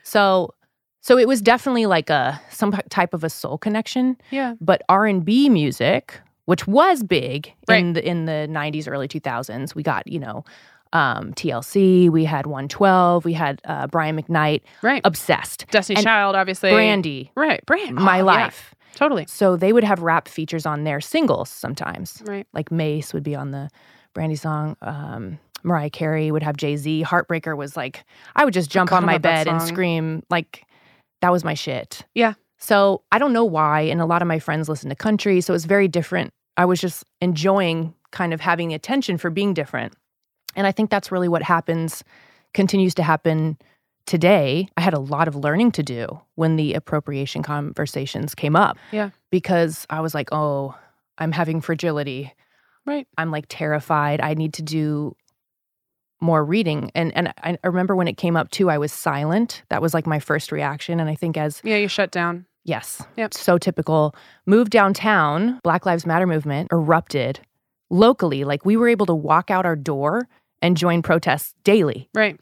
Speaker 2: So, so it was definitely like a some type of a soul connection,
Speaker 1: yeah,
Speaker 2: but R and B music, which was big in
Speaker 1: Right.
Speaker 2: the in the '90s, early 2000s, we got you know um, TLC, we had 112, we had uh, Brian McKnight,
Speaker 1: right.
Speaker 2: obsessed,
Speaker 1: Destiny
Speaker 2: and
Speaker 1: Child, obviously.
Speaker 2: Brandy,
Speaker 1: Right. Brand. Oh,
Speaker 2: My
Speaker 1: yeah.
Speaker 2: Life.
Speaker 1: Totally.
Speaker 2: So they would have rap features on their singles sometimes.
Speaker 1: Right.
Speaker 2: Like Mace would be on the Brandy song. Um, Mariah Carey would have Jay Z. Heartbreaker was like, I would just jump
Speaker 1: Forgot
Speaker 2: on my
Speaker 1: about that
Speaker 2: bed and
Speaker 1: song.
Speaker 2: scream. Like, that was my shit.
Speaker 1: Yeah.
Speaker 2: So I don't know why. And a lot of my friends listen to country. So it was very different. I was just enjoying kind of having the attention for being different. And I think that's really what happens, continues to happen today. I had a lot of learning to do when the appropriation conversations came up.
Speaker 1: Yeah.
Speaker 2: Because I was like, oh, I'm having fragility.
Speaker 1: Right.
Speaker 2: I'm like terrified. I need to do more reading. And and I I remember when it came up too, I was silent. That was like my first reaction. And I think as
Speaker 1: Yeah, you shut down.
Speaker 2: Yes.
Speaker 1: Yep.
Speaker 2: So typical. Moved downtown, Black Lives Matter movement erupted locally. Like we were able to walk out our door and join protests daily.
Speaker 1: Right.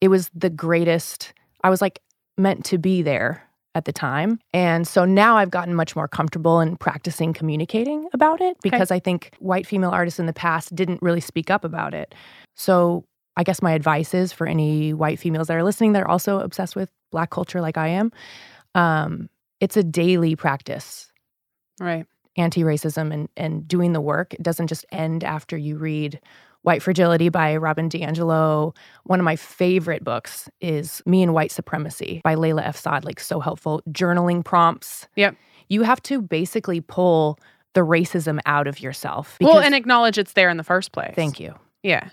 Speaker 2: It was the greatest. I was like meant to be there at the time. And so now I've gotten much more comfortable in practicing communicating about it because I think white female artists in the past didn't really speak up about it. So I guess my advice is for any white females that are listening that are also obsessed with black culture like I am, um, it's a daily practice
Speaker 1: Right.
Speaker 2: anti-racism and and doing the work it doesn't just end after you read white fragility by robin d'angelo one of my favorite books is me and white supremacy by layla f saad like so helpful journaling prompts
Speaker 1: Yep.
Speaker 2: you have to basically pull the racism out of yourself
Speaker 1: well, and acknowledge it's there in the first place.
Speaker 2: thank you
Speaker 1: Yeah.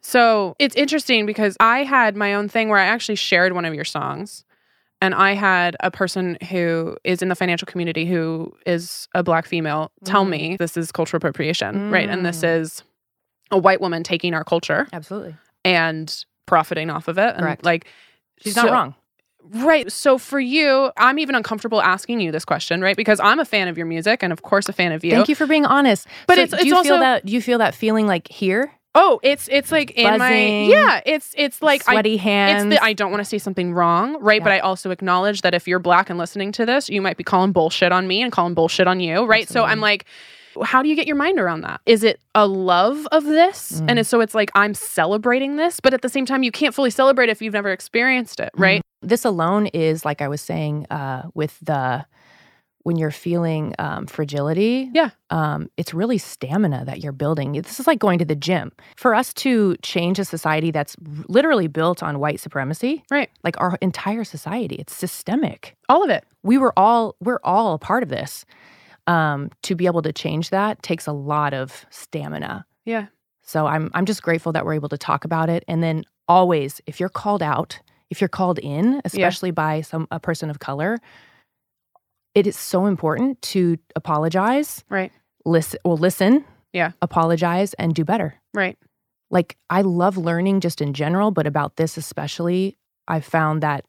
Speaker 1: So it's interesting because I had my own thing where I actually shared one of your songs. And I had a person who is in the financial community who is a black female tell
Speaker 2: Mm.
Speaker 1: me this is cultural appropriation, right? And this
Speaker 2: Mm.
Speaker 1: is a white woman taking our culture
Speaker 2: absolutely
Speaker 1: and profiting off of it. And
Speaker 2: Correct.
Speaker 1: like,
Speaker 2: she's
Speaker 1: So-
Speaker 2: not wrong
Speaker 1: Right. So for you, I'm even uncomfortable asking you this question, right? Because I'm a fan of your music and of course a fan of you.
Speaker 2: thank you for being honest
Speaker 1: But
Speaker 2: So
Speaker 1: it's-
Speaker 2: do
Speaker 1: it's
Speaker 2: you feel
Speaker 1: also-
Speaker 2: that do you feel that feeling like here
Speaker 1: Oh, it's it's like in my
Speaker 2: Buzzing.
Speaker 1: Yeah, it's it's like I
Speaker 2: sweaty hands
Speaker 1: it's the I don't want to say something wrong, right? But
Speaker 2: Yeah.
Speaker 1: I also acknowledge that if you're black and listening to this, you might be calling bullshit on me and calling bullshit on you, right? So I'm
Speaker 2: Absolutely.
Speaker 1: like, how do you get your mind around that? Is it a love of this?
Speaker 2: Mm.
Speaker 1: And it's, so it's like I'm celebrating this, but at the same time, you can't fully celebrate if you've never experienced it, right?
Speaker 2: this alone is like i was saying uh, with the when you're feeling um, fragility
Speaker 1: Yeah.
Speaker 2: um, it's really stamina that you're building this is like going to the gym for us to change a society that's r- literally built on white supremacy
Speaker 1: Right.
Speaker 2: like our entire society it's systemic
Speaker 1: All of it.
Speaker 2: we were all we're all a part of this um, to be able to change that takes a lot of stamina
Speaker 1: Yeah.
Speaker 2: so i'm i'm just grateful that we're able to talk about it and then always if you're called out if you're called in especially by some a person of color it is so important to apologize
Speaker 1: Right.
Speaker 2: listen well listen
Speaker 1: Yeah.
Speaker 2: apologize and do better
Speaker 1: Right.
Speaker 2: like I love learning just in general, but about this especially, I found that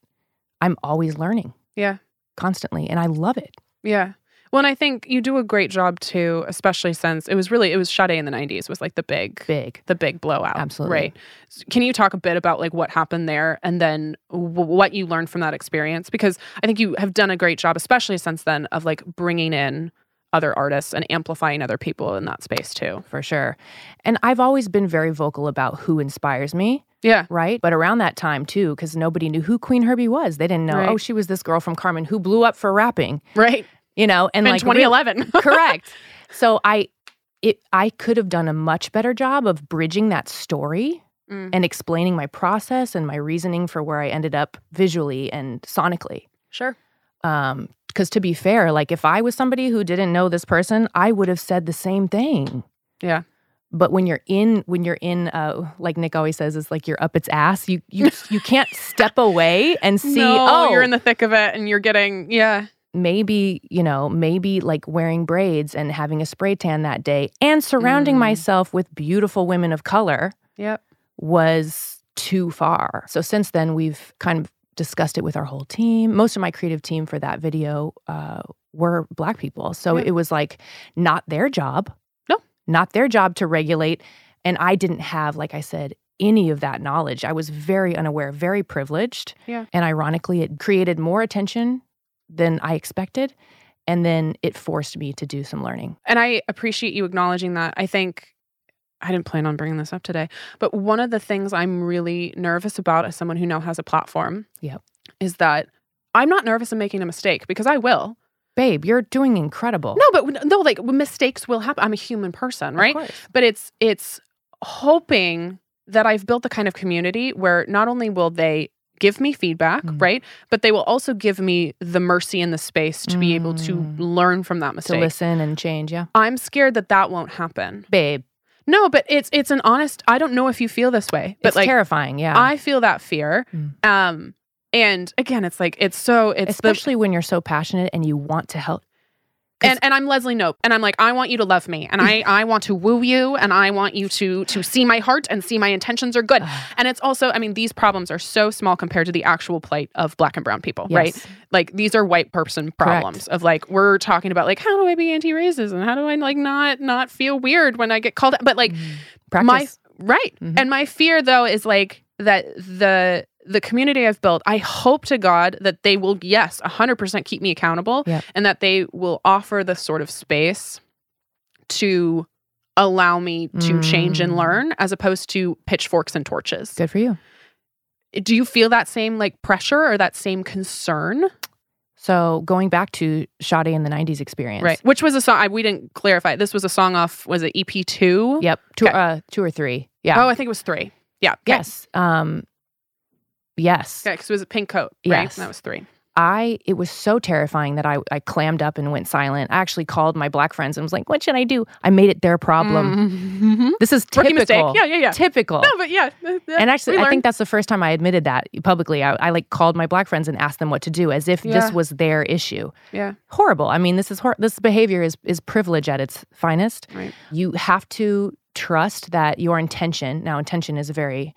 Speaker 2: I'm always learning.
Speaker 1: Yeah.
Speaker 2: Constantly. And I love it.
Speaker 1: Yeah. Well, and I think you do a great job too, especially since it was really it was Sade in the '90s was like the big,
Speaker 2: Big.
Speaker 1: the big blowout.
Speaker 2: Absolutely.
Speaker 1: Right. S- Can you talk a bit about like what happened there and then w- what you learned from that experience? Because I think you have done a great job, especially since then, of like bringing in other artists and amplifying other people in that space too.
Speaker 2: For sure. And I've always been very vocal about who inspires me,
Speaker 1: Yeah.
Speaker 2: right? But around that time too, because nobody knew who Queen Herbie was. They didn't know,
Speaker 1: Right.
Speaker 2: oh, she was this girl from Carmen who blew up for rapping,
Speaker 1: Right.
Speaker 2: you know, and
Speaker 1: in
Speaker 2: like real-
Speaker 1: 2011.
Speaker 2: correct. So I it I could have done a much better job of bridging that story
Speaker 1: Mm.
Speaker 2: and explaining my process and my reasoning for where I ended up visually and sonically.
Speaker 1: Sure.
Speaker 2: Um, because to be fair, like if I was somebody who didn't know this person, I would have said the same thing.
Speaker 1: Yeah.
Speaker 2: But when you're in, when you're in, uh, like Nick always says, it's like you're up its ass. You you you can't step away and see.
Speaker 1: no,
Speaker 2: oh,
Speaker 1: you're in the thick of it and you're getting yeah.
Speaker 2: maybe you know maybe like wearing braids and having a spray tan that day and surrounding
Speaker 1: Mm.
Speaker 2: myself with beautiful women of color
Speaker 1: Yep.
Speaker 2: was too far. So since then, we've kind of discussed it with our whole team. Most of my creative team for that video uh, were Black people. So
Speaker 1: Yeah.
Speaker 2: it was like not their job.
Speaker 1: No.
Speaker 2: Not their job to regulate. And I didn't have, like I said, any of that knowledge. I was very unaware, very privileged.
Speaker 1: Yeah.
Speaker 2: And ironically, it created more attention than I expected. And then it forced me to do some learning.
Speaker 1: And I appreciate you acknowledging that. I think I didn't plan on bringing this up today, but one of the things I'm really nervous about as someone who now has a platform
Speaker 2: Yep.
Speaker 1: is that I'm not nervous of making a mistake because I will.
Speaker 2: Babe, you're doing incredible.
Speaker 1: No, but no, like mistakes will happen. I'm a human person,
Speaker 2: Of
Speaker 1: right?
Speaker 2: course.
Speaker 1: But it's it's hoping that I've built the kind of community where not only will they give me feedback,
Speaker 2: Mm.
Speaker 1: right? But they will also give me the mercy and the space to be able to
Speaker 2: Mm.
Speaker 1: learn from that
Speaker 2: to
Speaker 1: mistake.
Speaker 2: listen and change. Yeah.
Speaker 1: I'm scared that that won't happen.
Speaker 2: Babe,
Speaker 1: No, but it's it's an honest. I don't know if you feel this way, but
Speaker 2: it's
Speaker 1: like
Speaker 2: terrifying. Yeah.
Speaker 1: I feel that fear.
Speaker 2: Mm.
Speaker 1: Um, and again, it's like it's so it's the,
Speaker 2: Especially when you're so passionate and you want to help. 'cause-
Speaker 1: and and I'm Leslie Nope, and I'm like I want you to love me, and I I want to woo you, and I want you to to see my heart and see my intentions are good.
Speaker 2: Ah,
Speaker 1: And it's also, I mean, these problems are so small compared to the actual plight of black and brown people, right?
Speaker 2: yes.
Speaker 1: like these are white person problems of like we're talking about like how do i be anti-racist and how do i like not not feel weird when i get called out but like
Speaker 2: Mm.
Speaker 1: my
Speaker 2: practice.
Speaker 1: right
Speaker 2: Mhm.
Speaker 1: and my fear though is like that the the community i've built i hope to god that they will yes 100% keep me accountable
Speaker 2: Yeah.
Speaker 1: and that they will offer the sort of space to allow me to change and
Speaker 2: Mm.
Speaker 1: learn as opposed to pitchforks and torches
Speaker 2: Good for you.
Speaker 1: do you feel that same like pressure or that same concern
Speaker 2: So going back to Sade in the 90s experience.
Speaker 1: Right. Which was a song I, we didn't clarify. This was a song off was it EP2?
Speaker 2: Yep. Two,
Speaker 1: Okay.
Speaker 2: uh, two or three. Yeah.
Speaker 1: Oh, I think it was 3. Yeah. Okay.
Speaker 2: yes. Um, yes.
Speaker 1: Okay, cuz it was a pink coat, right?
Speaker 2: Yes.
Speaker 1: And that was 3.
Speaker 2: I it was so terrifying that I, I clammed up and went silent. I actually called my black friends and was like, "What should I do?" I made it their problem.
Speaker 1: Mhm.
Speaker 2: This is
Speaker 1: Rookie
Speaker 2: typical.
Speaker 1: mistake. Yeah, yeah, yeah.
Speaker 2: Typical.
Speaker 1: No, but yeah. th- th-
Speaker 2: and actually,
Speaker 1: we
Speaker 2: I think
Speaker 1: learned.
Speaker 2: that's the first time I admitted that publicly. I, I like called my black friends and asked them what to do, as if
Speaker 1: Yeah.
Speaker 2: this was their issue.
Speaker 1: Yeah.
Speaker 2: Horrible. I mean, this is hor- this behavior is is privilege at its finest.
Speaker 1: Right.
Speaker 2: You have to trust that your intention. Now, intention is a very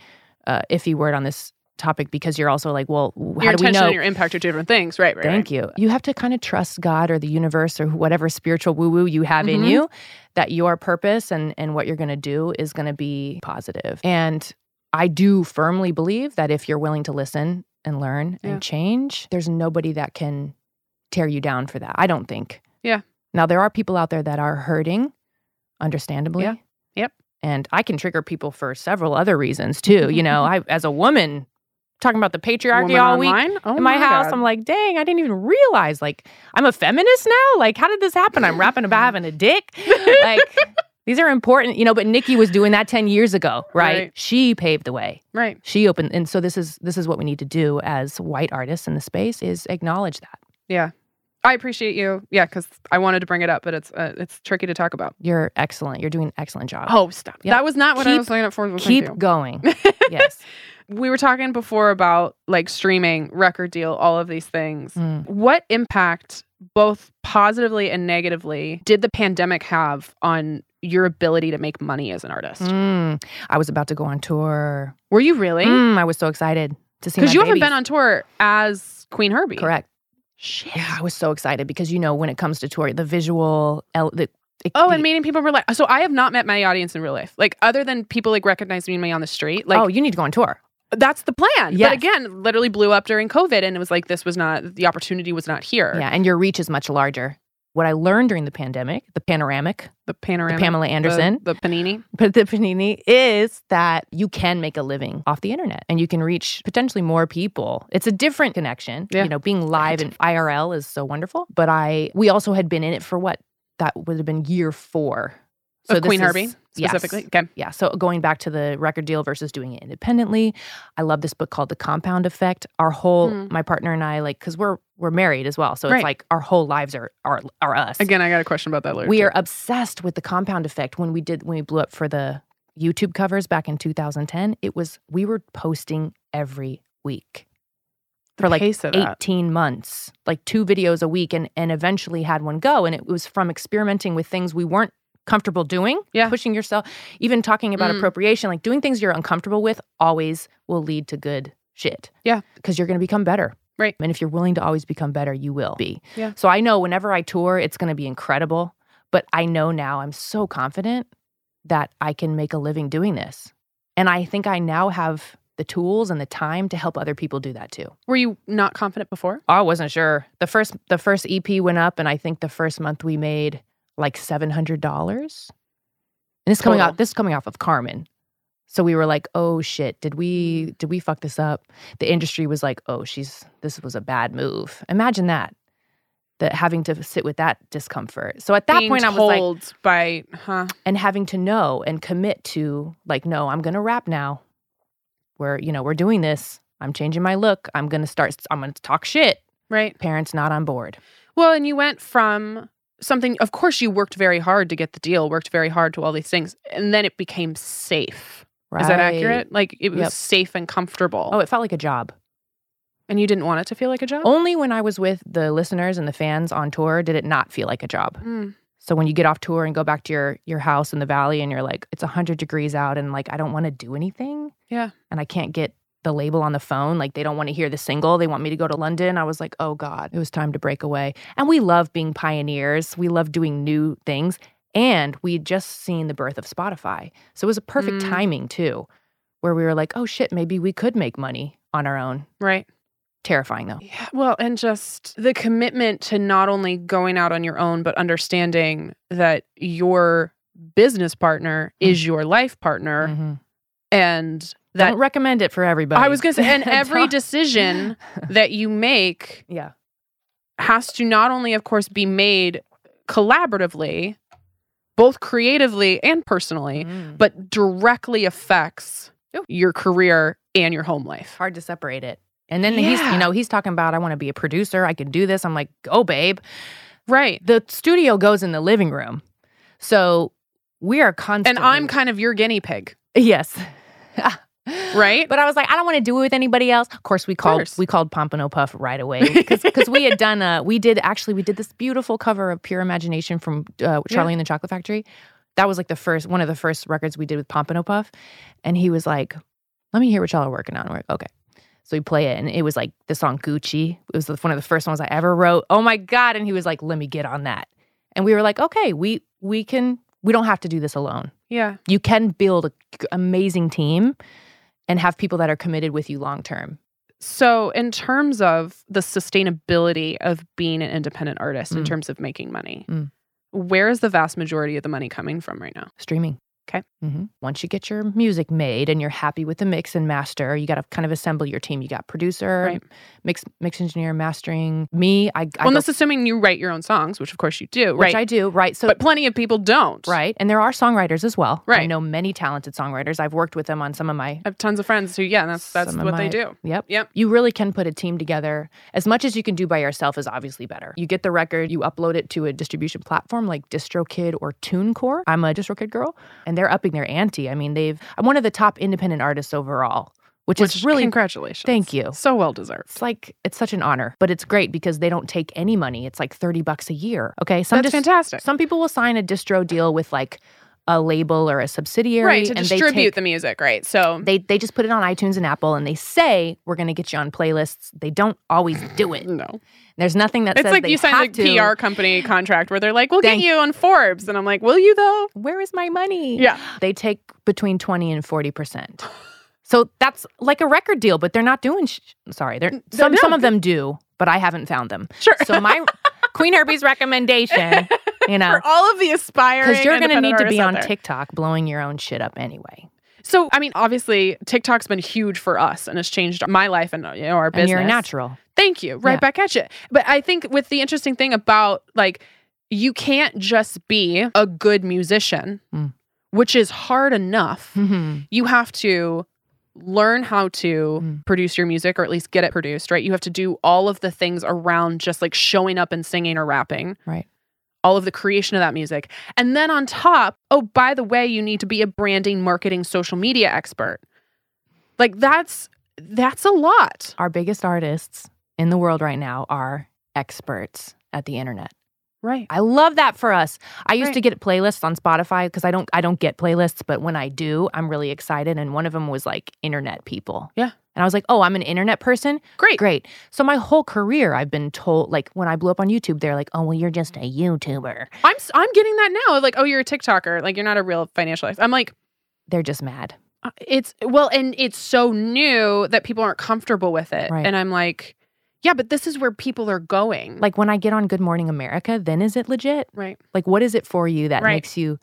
Speaker 2: uh, iffy word on this topic because you're also like, well, how
Speaker 1: your
Speaker 2: do we
Speaker 1: intention
Speaker 2: know?
Speaker 1: and your impact are two different things, right? Right.
Speaker 2: Thank you. You have to kind of trust God or the universe or whatever spiritual woo woo you have in
Speaker 1: Mhm.
Speaker 2: you that your purpose and, and what you're going to do is going to be positive. And I do firmly believe that if you're willing to listen and learn
Speaker 1: Yeah.
Speaker 2: and change, there's nobody that can tear you down for that. I don't think.
Speaker 1: Yeah.
Speaker 2: Now, there are people out there that are hurting, understandably.
Speaker 1: Yeah. Yep.
Speaker 2: And I can trigger people for several other reasons too. You know, I, as a woman, talking about the patriarchy
Speaker 1: Woman
Speaker 2: all week,
Speaker 1: online? Oh
Speaker 2: in my, house.
Speaker 1: God.
Speaker 2: I'm like, dang, I didn't even realize. Like, I'm a feminist now. Like, how did this happen? I'm rapping about having a dick. Like, these are important, you know. But Nikki was doing that ten years ago, right?
Speaker 1: Right.
Speaker 2: She paved the way.
Speaker 1: right.
Speaker 2: She opened, and so this is this is what we need to do as white artists in the space is acknowledge that
Speaker 1: I appreciate you. Yeah, cuz I wanted to bring it up, but it's uh, it's tricky to talk about.
Speaker 2: you're excellent. You're doing an excellent job.
Speaker 1: Oh, stop.
Speaker 2: Yeah.
Speaker 1: That was not what I
Speaker 2: Keep-
Speaker 1: was looking up for. but thank
Speaker 2: Keep
Speaker 1: you.
Speaker 2: going. yes.
Speaker 1: We were talking before about like streaming, record deal, all of these things.
Speaker 2: Mm.
Speaker 1: What impact, both positively and negatively, did the pandemic have on your ability to make money as an artist?
Speaker 2: Mm. I was about to go on tour.
Speaker 1: Were you really?
Speaker 2: Mm, I was so excited to see
Speaker 1: Because
Speaker 2: my
Speaker 1: you haven't
Speaker 2: babies.
Speaker 1: been on tour as Queen Herbie.
Speaker 2: correct.
Speaker 1: Shit.
Speaker 2: Yeah, I was so excited because you know when it comes to tour, the visual, el- the, it-
Speaker 1: Oh,
Speaker 2: the-
Speaker 1: and meeting people in real life. So I have not met my audience in real life. Like other than people like recognizing me on the street. Like
Speaker 2: oh, you need to go on tour.
Speaker 1: that's the plan.
Speaker 2: Yes.
Speaker 1: But again, literally blew up during COVID and it was like this was not the opportunity was not here.
Speaker 2: Yeah, and your reach is much larger. What I learned during the pandemic, the panoramic,
Speaker 1: The
Speaker 2: the
Speaker 1: panorama.
Speaker 2: Pamela
Speaker 1: the-
Speaker 2: Anderson,
Speaker 1: The, panini.
Speaker 2: but the panini is that you can make a living off the internet and you can reach potentially more people. It's a different connection.
Speaker 1: Yeah.
Speaker 2: You know, being live and IRL is so wonderful. But I we also had been in it for what? That would have been year four.
Speaker 1: Of
Speaker 2: this
Speaker 1: Queen
Speaker 2: is-
Speaker 1: Herbie
Speaker 2: yes.
Speaker 1: specifically. Okay.
Speaker 2: yeah so going back to the record deal versus doing it independently i love this book called the compound effect our whole
Speaker 1: Mm.
Speaker 2: my partner and i like because we're we're married as well so
Speaker 1: Right.
Speaker 2: it's like our whole lives are are, are us
Speaker 1: Again, I got a question about that later.
Speaker 2: we
Speaker 1: too.
Speaker 2: are obsessed with the compound effect when we did when we blew up for the youtube covers back in 2010 it was we were posting every week
Speaker 1: The
Speaker 2: for like
Speaker 1: pace of that.
Speaker 2: 18 months like two videos a week and and eventually had one go and it was from experimenting with things we weren't comfortable doing
Speaker 1: Yeah.
Speaker 2: pushing yourself even talking about
Speaker 1: Mm.
Speaker 2: appropriation like doing things you're uncomfortable with always will lead to good shit
Speaker 1: Yeah.
Speaker 2: because you're going to become better
Speaker 1: Right.
Speaker 2: and if you're willing to always become better you will be
Speaker 1: Yeah.
Speaker 2: so i know whenever i tour it's going to be incredible but i know now i'm so confident that i can make a living doing this and i think i now have the tools and the time to help other people do that too
Speaker 1: Were you not confident before?
Speaker 2: I wasn't sure. The first the first EP went up, and I think the first month we made like seven hundred dollars. And this coming
Speaker 1: Total.
Speaker 2: out this coming off of Carmen, so we were like, oh shit, did
Speaker 1: Mm.
Speaker 2: we did we fuck this up? The industry was like, oh, she's this was a bad move. Imagine that. that having to sit with that discomfort. So at that
Speaker 1: Being
Speaker 2: point, I was like,
Speaker 1: told by huh
Speaker 2: and having to know and commit to like no i'm gonna rap now we're you know we're doing this i'm changing my look i'm gonna start i'm gonna talk shit
Speaker 1: right.
Speaker 2: parents not on board
Speaker 1: Well, and you went from something. Of course, you worked very hard to get the deal. Worked very hard to all these things, and then it became safe.
Speaker 2: right
Speaker 1: Is that accurate? Like it was
Speaker 2: Yep.
Speaker 1: safe and comfortable.
Speaker 2: oh it felt like a job
Speaker 1: and you didn't want it to feel like a job.
Speaker 2: only when i was with the listeners and the fans on tour did it not feel like a job
Speaker 1: Mm.
Speaker 2: so when you get off tour and go back to your your house in the valley and you're like it's 100 degrees out and like i don't want to do anything
Speaker 1: Yeah.
Speaker 2: and i can't get the label on the phone like they don't want to hear the single they want me to go to london i was like oh god it was time to break away and we love being pioneers we love doing new things and we had just seen the birth of spotify so it was a perfect
Speaker 1: Mm.
Speaker 2: timing too where we were like oh shit maybe we could make money on our own
Speaker 1: Right.
Speaker 2: terrifying though
Speaker 1: Yeah, well, and just the commitment to not only going out on your own, but understanding that your business partner is your life partner,
Speaker 2: Mhm.
Speaker 1: and that
Speaker 2: don't recommend it for everybody
Speaker 1: I was going to say, and every
Speaker 2: Don't-
Speaker 1: decision that you make
Speaker 2: yeah
Speaker 1: has to not only, of course, be made collaboratively, both creatively and personally,
Speaker 2: Mm.
Speaker 1: but directly affects
Speaker 2: Ooh.
Speaker 1: your career and your home
Speaker 2: It's
Speaker 1: life.
Speaker 2: hard to separate it. And then he's,
Speaker 1: Yeah.
Speaker 2: you know, he's talking about, I want to be a producer. I can do this. I'm like, go, babe.
Speaker 1: Right.
Speaker 2: The studio goes in the living room. So we are
Speaker 1: And
Speaker 2: constantly.
Speaker 1: I'm kind of your guinea pig,
Speaker 2: Yes.
Speaker 1: right?
Speaker 2: But I was like, I don't want to do it with anybody else. Of course, we called
Speaker 1: course.
Speaker 2: we called Pompano Puff right away because we had done a we did actually we did this beautiful cover of Pure Imagination from uh, Charlie and the Chocolate Factory. That was like the first one of the first records we did with Pompano Puff, and he was like, "Let me hear what y'all are working on." We're like, "Okay." So we play it, and it was like the song Gucci. It was the- one of the first ones I ever wrote. Oh my god! And he was like, "Let me get on that," and we were like, "Okay, we we can we don't have to do this alone."
Speaker 1: yeah.
Speaker 2: you can build an amazing team and have people that are committed with you long term.
Speaker 1: So, in terms of the sustainability of being an independent artist, in
Speaker 2: Mm.
Speaker 1: terms of making money,
Speaker 2: Mm.
Speaker 1: where is the vast majority of the money coming from right now?
Speaker 2: Streaming.
Speaker 1: Okay.
Speaker 2: hmm Once you get your music made and you're happy with the mix and master, you got to kind of assemble your team. You got producer,
Speaker 1: Right.
Speaker 2: mix mix engineer, mastering. Me, I, I
Speaker 1: well,
Speaker 2: go-
Speaker 1: and that's assuming you write your own songs, which of course you do,
Speaker 2: which
Speaker 1: right?
Speaker 2: I do right. So
Speaker 1: but plenty of people don't.
Speaker 2: right, and there are songwriters as well. I
Speaker 1: Right.
Speaker 2: know many talented songwriters. I've worked with them on some of my
Speaker 1: I have tons of friends who, yeah, that's that's
Speaker 2: Some of
Speaker 1: what
Speaker 2: my-
Speaker 1: they do.
Speaker 2: Yep.
Speaker 1: Yep.
Speaker 2: You really can put a team together. As much as you can do by yourself is obviously better. You get the record, you upload it to a distribution platform like DistroKid or TuneCore. I'm a DistroKid girl, and they're upping their ante. I mean, they've I'm one of the top independent artists overall, which,
Speaker 1: Which
Speaker 2: is really
Speaker 1: congratulations.
Speaker 2: Thank you.
Speaker 1: So well deserved.
Speaker 2: It's like it's such an honor, but it's great because they don't take any money. It's like 30 bucks a year. Okay? Some
Speaker 1: that's
Speaker 2: dis-
Speaker 1: fantastic.
Speaker 2: some people will sign a distro deal with like a label or a subsidiary
Speaker 1: Right to
Speaker 2: and
Speaker 1: distribute
Speaker 2: they take,
Speaker 1: the music, right? So
Speaker 2: they they just put it on iTunes and Apple and they say we're going to get you on playlists. They don't always do it.
Speaker 1: no,
Speaker 2: There's nothing that
Speaker 1: it's
Speaker 2: says
Speaker 1: like
Speaker 2: they
Speaker 1: you
Speaker 2: have
Speaker 1: signed a
Speaker 2: to.
Speaker 1: PR company contract where they're like, "We'll
Speaker 2: Thank-
Speaker 1: get you on Forbes," and I'm like, "Will you though?"
Speaker 2: Where is my money?
Speaker 1: Yeah,
Speaker 2: They take between 20 and 40%. So that's like a record deal, but they're not doing sh- sorry, they're
Speaker 1: N-
Speaker 2: some
Speaker 1: no,
Speaker 2: some of them do, but I haven't found them.
Speaker 1: sure.
Speaker 2: So my Queen Herbie's recommendation, you know,
Speaker 1: For all of the aspiring,
Speaker 2: cuz you're going to
Speaker 1: independent
Speaker 2: need to
Speaker 1: artists
Speaker 2: be
Speaker 1: out
Speaker 2: on
Speaker 1: there.
Speaker 2: TikTok blowing your own shit up anyway.
Speaker 1: So, I mean, obviously, TikTok's been huge for us and it's changed my life and you know, our business.
Speaker 2: And you're a natural.
Speaker 1: Thank you. Right
Speaker 2: Yeah.
Speaker 1: back at you. But I think with the interesting thing about like, you can't just be a good musician,
Speaker 2: Mm.
Speaker 1: which is hard enough.
Speaker 2: Mhm.
Speaker 1: You have to learn how to
Speaker 2: Mm.
Speaker 1: produce your music or at least get it produced, right? You have to do all of the things around just like showing up and singing or rapping.
Speaker 2: Right.
Speaker 1: All of the creation of that music. And then on top, oh, by the way, you need to be a branding, marketing, social media expert. Like that's that's a lot.
Speaker 2: Our biggest artists in the world right now are experts at the internet.
Speaker 1: Right.
Speaker 2: I love that for us. I used
Speaker 1: Right.
Speaker 2: to get playlists on Spotify because I don't I don't get playlists, but when I do, I'm really excited. And one of them was like internet people.
Speaker 1: Yeah.
Speaker 2: And I was like, oh, I'm an internet person.
Speaker 1: Great.
Speaker 2: Great. So my whole career, I've been told like when I blew up on YouTube, they're like, oh, well, you're just a YouTuber.
Speaker 1: I'm s- I'm getting that now. Like, oh, you're a TikToker. Like, you're not a real financial expert. I'm like,
Speaker 2: They're just mad.
Speaker 1: uh, it's well, and it's so new that people aren't comfortable with it.
Speaker 2: Right.
Speaker 1: And I'm like, yeah, but this is where people are going.
Speaker 2: Like when I get on Good Morning America, then is it legit?
Speaker 1: right.
Speaker 2: Like what is it for you that
Speaker 1: Right.
Speaker 2: makes you?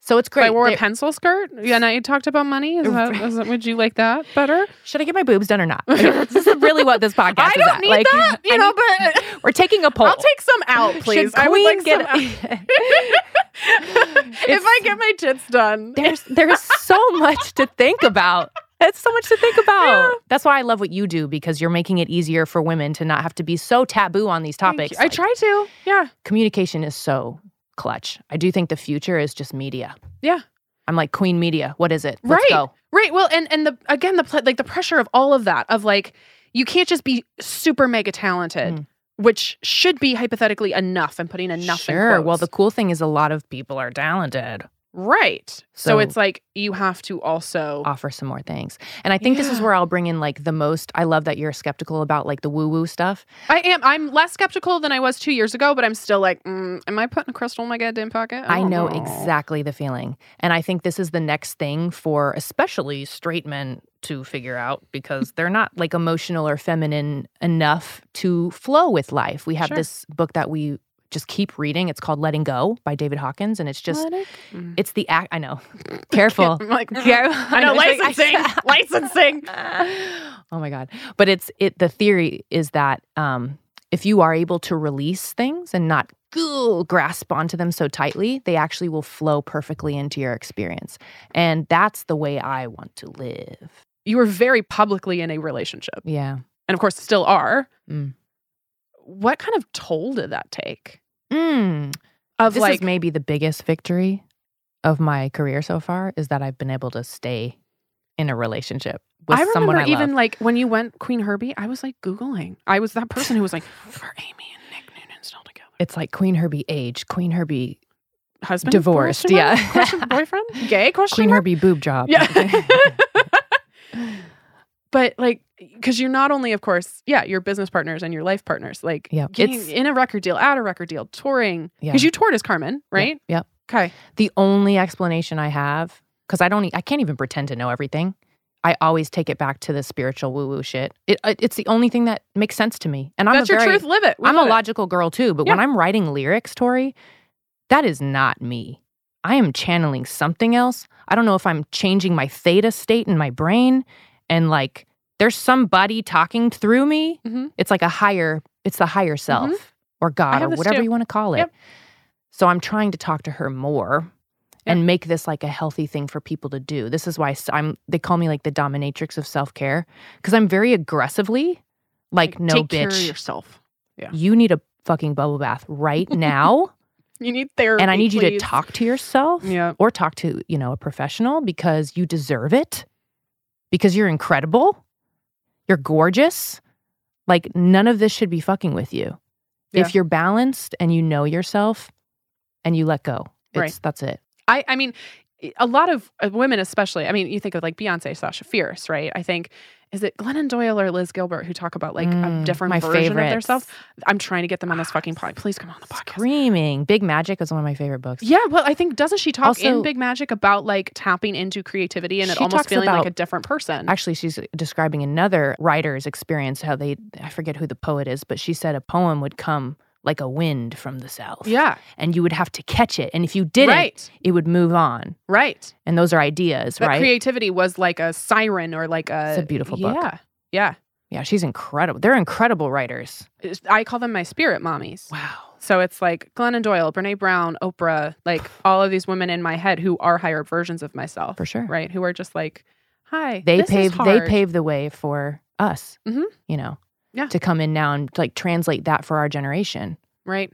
Speaker 2: So it's
Speaker 1: If
Speaker 2: great.
Speaker 1: I wore
Speaker 2: They-
Speaker 1: a pencil skirt and I talked about money, is that, is that, would you like that better?
Speaker 2: should I get my boobs done or not? Like, this is really what this podcast
Speaker 1: I
Speaker 2: is.
Speaker 1: don't
Speaker 2: at.
Speaker 1: need
Speaker 2: Like,
Speaker 1: that, you
Speaker 2: I
Speaker 1: know,
Speaker 2: need-
Speaker 1: but
Speaker 2: we're taking a poll.
Speaker 1: I'll take some out, please.
Speaker 2: Should
Speaker 1: I would
Speaker 2: Queen
Speaker 1: like
Speaker 2: get
Speaker 1: some out. if
Speaker 2: It's-
Speaker 1: I get my tits done,
Speaker 2: there's there's so much to think about. That's so much to think about.
Speaker 1: Yeah.
Speaker 2: That's why I love what you do because you're making it easier for women to not have to be so taboo on these
Speaker 1: Thank
Speaker 2: topics.
Speaker 1: you. I
Speaker 2: Like,
Speaker 1: try to. Yeah.
Speaker 2: Communication is so clutch. I do think the future is just media.
Speaker 1: Yeah.
Speaker 2: I'm like queen media. What is it? Let's
Speaker 1: Right.
Speaker 2: go.
Speaker 1: Right. Well, and and the again the pl- like the pressure of all of that of like you can't just be super mega talented,
Speaker 2: Mm.
Speaker 1: which should be hypothetically enough. I'm putting enough.
Speaker 2: Sure.
Speaker 1: In
Speaker 2: Well, the
Speaker 1: quotes.
Speaker 2: cool thing is a lot of people are talented.
Speaker 1: right. So,
Speaker 2: So- Ah.
Speaker 1: it's like you have to also
Speaker 2: Offer some more things. And I think this is
Speaker 1: Yeah.
Speaker 2: where I'll bring in like the most. I love that you're skeptical about like the woo woo stuff.
Speaker 1: I am. I'm less skeptical than I was two years ago, but I'm still like, mm, am I putting a crystal in my goddamn pocket?
Speaker 2: I
Speaker 1: don't
Speaker 2: know exactly the feeling. And I think this is the next thing for especially straight men to figure out because they're not like emotional or feminine enough to flow with life. We have
Speaker 1: Sure.
Speaker 2: this book that we just keep reading. It's called Letting Go by David Hawkins. And it's just,
Speaker 1: Let it go. Mm.
Speaker 2: it's the act. I know. Careful.
Speaker 1: I'm like, mm,
Speaker 2: Careful.
Speaker 1: I know
Speaker 2: it's like-
Speaker 1: licensing, licensing.
Speaker 2: oh my god but it's it the theory is that um if you are able to release things and not ugh, grasp onto them so tightly they actually will flow perfectly into your experience and that's the way i want to live
Speaker 1: You were very publicly in a relationship,
Speaker 2: yeah
Speaker 1: and of course, still are.
Speaker 2: Mm.
Speaker 1: What kind of toll did that take?
Speaker 2: mm.
Speaker 1: Of
Speaker 2: this
Speaker 1: like,
Speaker 2: is maybe the biggest victory of my career so far is that i've been able to stay in a relationship with
Speaker 1: I remember
Speaker 2: someone i
Speaker 1: even
Speaker 2: love
Speaker 1: like when you went Queen Herbie, I was like googling. I was that person who was like, are Amy and Nick Noonan still together?
Speaker 2: it's like queen herbie age queen herbie
Speaker 1: Husband,
Speaker 2: Divorced,
Speaker 1: question mark?
Speaker 2: yeah.
Speaker 1: Question- boyfriend, gay question
Speaker 2: queen
Speaker 1: mark?
Speaker 2: herbie boob job
Speaker 1: Yeah. but like, because you're not only, of course, yeah, your business partners and your life partners, like,
Speaker 2: Yeah,
Speaker 1: getting
Speaker 2: it's-
Speaker 1: in a record deal, out a record deal, touring.
Speaker 2: Yeah.
Speaker 1: Because you toured as Carmen, right?
Speaker 2: yep
Speaker 1: Okay.
Speaker 2: the only explanation I have, because I don't, e- I can't even pretend to know everything. I always take it back to the spiritual woo woo shit. It, it- it's the only thing that makes sense to me, and I'm
Speaker 1: That's
Speaker 2: a
Speaker 1: your
Speaker 2: very,
Speaker 1: truth. Live it. We
Speaker 2: I'm a
Speaker 1: love it.
Speaker 2: logical girl too. But when
Speaker 1: Yeah.
Speaker 2: I'm writing lyrics, Tori, that is not me. I am channeling something else. I don't know if I'm changing my theta state in my brain, and like there's somebody talking through me.
Speaker 1: Mhm.
Speaker 2: It's like a higher, it's the higher self or God or
Speaker 1: Mm-hmm. have this
Speaker 2: whatever
Speaker 1: too.
Speaker 2: you want to call it.
Speaker 1: Yep.
Speaker 2: So I'm trying to talk to her more and make this like a healthy thing for people to do. This is why s- I'm they call me like the dominatrix of self-care because I'm very aggressively like, no
Speaker 1: take care of
Speaker 2: bitch,
Speaker 1: yourself.
Speaker 2: you need a fucking bubble bath right now
Speaker 1: You need therapy.
Speaker 2: and I need you to
Speaker 1: please.
Speaker 2: talk to yourself
Speaker 1: Yeah.
Speaker 2: or talk to, you know, a professional because you deserve it. Because you're incredible. You're gorgeous. Like none of this should be fucking with you.
Speaker 1: Yeah.
Speaker 2: If you're balanced and you know yourself and you let go. It's,
Speaker 1: Right.
Speaker 2: That's it.
Speaker 1: I, I mean, a lot of uh, women, especially. I mean, you think of like Beyonce, Sasha Fierce, right? I think is it Glennon Doyle or Liz Gilbert who talk about like a
Speaker 2: Mm,
Speaker 1: different
Speaker 2: my
Speaker 1: version
Speaker 2: favorites.
Speaker 1: of themselves. I'm trying to get them on this
Speaker 2: Ah,
Speaker 1: fucking pod. Please come on the podcast.
Speaker 2: Screaming. Big Magic is one of my favorite books.
Speaker 1: Yeah, well, I think doesn't she talk
Speaker 2: Also-
Speaker 1: in Big Magic about like tapping into creativity and it
Speaker 2: She
Speaker 1: almost
Speaker 2: talks
Speaker 1: feeling like
Speaker 2: about-
Speaker 1: a different person?
Speaker 2: Actually, she's describing another writer's experience, how they, I forget who the poet is, but she said a poem would come like a wind from the south.
Speaker 1: yeah,
Speaker 2: And you would have to catch it. And if you didn't,
Speaker 1: right,
Speaker 2: it would move on.
Speaker 1: right.
Speaker 2: And those are ideas,
Speaker 1: That
Speaker 2: right?
Speaker 1: creativity was like a siren or like a.
Speaker 2: It's a beautiful book.
Speaker 1: Yeah, yeah.
Speaker 2: yeah, she's incredible. They're incredible writers.
Speaker 1: It's- I call them my spirit mommies.
Speaker 2: Wow.
Speaker 1: So it's like Glennon Doyle, Brene Brown, Oprah, like all of these women in my head who are higher versions of myself,
Speaker 2: For sure.
Speaker 1: right? Who are just like, hi,
Speaker 2: They
Speaker 1: this is
Speaker 2: paved they
Speaker 1: hard.
Speaker 2: paved the way for us,
Speaker 1: Mhm.
Speaker 2: you know,
Speaker 1: Yeah.
Speaker 2: to come in now and like translate that for our generation
Speaker 1: right?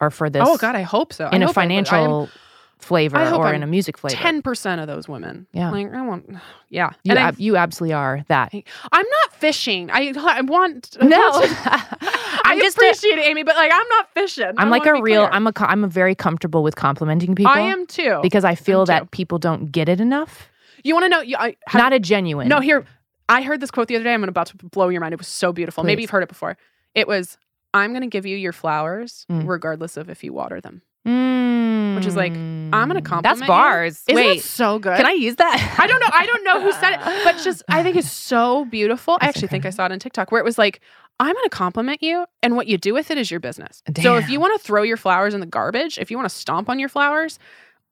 Speaker 2: or for this
Speaker 1: oh God, I hope so.
Speaker 2: in
Speaker 1: a
Speaker 2: a financial flavor
Speaker 1: I hope
Speaker 2: or
Speaker 1: I'm
Speaker 2: in a music flavor.
Speaker 1: ten percent of those women.
Speaker 2: Yeah.
Speaker 1: like I want, yeah.
Speaker 2: you,
Speaker 1: And I
Speaker 2: ab- you absolutely are that.
Speaker 1: I'm not fishing. I I want I
Speaker 2: No.
Speaker 1: want to- I
Speaker 2: I'm just a,
Speaker 1: appreciate it, Amy, but like I'm not fishing. I
Speaker 2: I'm like
Speaker 1: wanna
Speaker 2: a
Speaker 1: be
Speaker 2: real
Speaker 1: clear.
Speaker 2: I'm a co- I'm a very comfortable with complimenting people
Speaker 1: I am too.
Speaker 2: because I feel
Speaker 1: too.
Speaker 2: that people don't get it enough.
Speaker 1: you want to know? You, I, have,
Speaker 2: Not a genuine.
Speaker 1: no, here. I heard this quote the other day. I'm about to blow your mind. It was so beautiful. Maybe
Speaker 2: Please.
Speaker 1: you've heard it before. It was, "I'm going to give you your flowers,
Speaker 2: Mm.
Speaker 1: regardless of if you water them."
Speaker 2: Mm.
Speaker 1: is like, gonna compliment
Speaker 2: That's
Speaker 1: you.
Speaker 2: bars.
Speaker 1: Isn't
Speaker 2: Wait,
Speaker 1: that so good?
Speaker 2: can I use that?
Speaker 1: I don't know. I don't know who said it, but just I think it's so beautiful. I
Speaker 2: That's
Speaker 1: actually think I saw it on TikTok where it was like, I'm going to compliment you, and what you do with it is your business. So if
Speaker 2: Damn.
Speaker 1: you want to throw your flowers in the garbage, if you want to stomp on your flowers,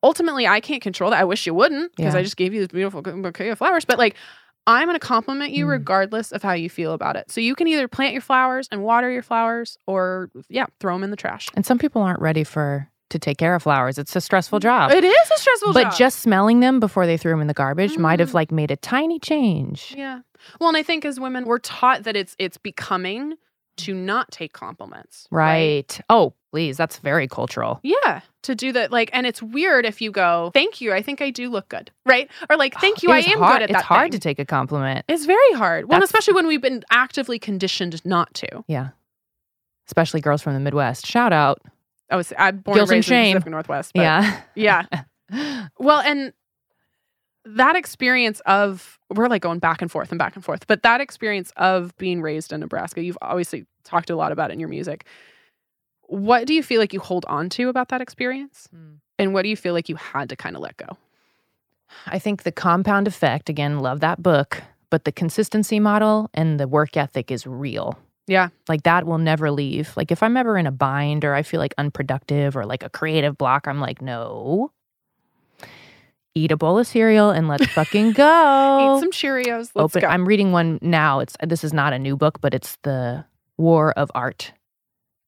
Speaker 1: ultimately I can't control that. I wish you wouldn't because
Speaker 2: Yeah.
Speaker 1: I just gave you this beautiful bouquet of flowers. But like, I'm going to compliment you
Speaker 2: Mm.
Speaker 1: regardless of how you feel about it. So you can either plant your flowers and water your flowers, or yeah, throw them in the trash.
Speaker 2: And some people aren't ready for to take care of flowers. It's a stressful job.
Speaker 1: It is a stressful
Speaker 2: but
Speaker 1: job.
Speaker 2: just smelling them before they threw them in the garbage might have
Speaker 1: Mhm.
Speaker 2: like made a tiny change.
Speaker 1: yeah. Well, and I think as women, we're taught that it's it's becoming to not take compliments,
Speaker 2: Mm. Right. Oh, please, that's very cultural.
Speaker 1: Yeah, to do that, like, and it's weird if you go, "Thank you, I think I do look good," right? Or like, "Thank you,
Speaker 2: It
Speaker 1: I
Speaker 2: is
Speaker 1: am
Speaker 2: hard-
Speaker 1: good at
Speaker 2: It's
Speaker 1: that."
Speaker 2: hard
Speaker 1: thing.
Speaker 2: to take a compliment,
Speaker 1: It's very hard. Well, and
Speaker 2: That's-
Speaker 1: especially when we've been actively conditioned not to.
Speaker 2: especially girls from the Midwest. Shout out.
Speaker 1: I was I'm born
Speaker 2: Guilt
Speaker 1: and
Speaker 2: and
Speaker 1: raised in
Speaker 2: shame.
Speaker 1: the Pacific Northwest. But Hmm.
Speaker 2: yeah.
Speaker 1: yeah. Well, and that experience of we're like going back and forth and back and forth, but that experience of being raised in Nebraska, you've obviously talked a lot about it in your music. What do you feel like you hold on to about that experience? And what do you feel like you had to kind of let go?
Speaker 2: I think the compound effect, again, love that book, but the consistency model and the work ethic is real.
Speaker 1: Yeah.
Speaker 2: Like that will never leave. Like if I'm ever in a bind or I feel like unproductive or like a creative block, I'm like, no. Eat a bowl of cereal and let's fucking go.
Speaker 1: Eat some Cheerios. Let's
Speaker 2: Open.
Speaker 1: go.
Speaker 2: I'm reading one now. It's this is not a new book, but it's the War of Art.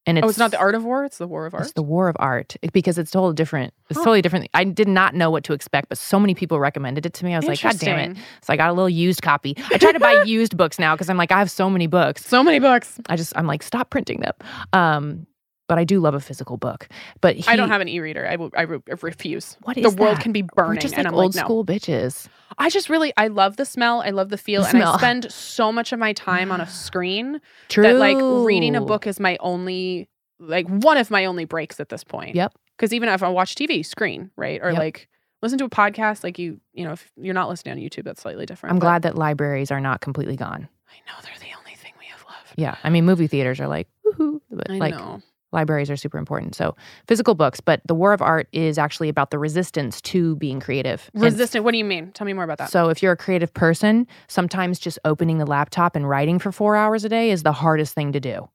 Speaker 2: And it's
Speaker 1: oh, it's not the art of war, it's the war of art.
Speaker 2: It's the War of Art it- because it's totally different. It's
Speaker 1: Huh.
Speaker 2: totally different. I did not know what to expect, but so many people recommended it to me. I was like, God damn it.
Speaker 1: Interesting.
Speaker 2: So I got a little used copy. I try to buy used books now because I'm like, I have so many books.
Speaker 1: So many books.
Speaker 2: I just, I'm like, stop printing them. Um, but I do love a physical book. But he,
Speaker 1: I don't have an e-reader. I will. I re- refuse.
Speaker 2: what is
Speaker 1: The world
Speaker 2: that?
Speaker 1: can be
Speaker 2: We're
Speaker 1: burning,
Speaker 2: just like
Speaker 1: and I'm
Speaker 2: old
Speaker 1: like, no.
Speaker 2: school bitches.
Speaker 1: I just really, I love the smell. I love the feel,
Speaker 2: The
Speaker 1: and I
Speaker 2: smell.
Speaker 1: spend so much of my time on a screen
Speaker 2: True.
Speaker 1: that like reading a book is my only, like one of my only breaks at this point.
Speaker 2: Yep.
Speaker 1: Because even if I watch TV, screen, right, or
Speaker 2: Yep.
Speaker 1: like listen to a podcast, like you, you know, if you're not listening on YouTube, that's slightly different.
Speaker 2: I'm
Speaker 1: but
Speaker 2: glad that libraries are not completely gone.
Speaker 1: I know they're the only thing we have left.
Speaker 2: Yeah. I mean, movie theaters are like, woohoo. But
Speaker 1: I
Speaker 2: like,
Speaker 1: know.
Speaker 2: libraries are super important. So physical books, but the War of Art is actually about the resistance to being creative. And
Speaker 1: Resistant. What do you mean? Tell me more about that.
Speaker 2: So if you're a creative person, sometimes just opening the laptop and writing for four hours a day is the hardest thing to do.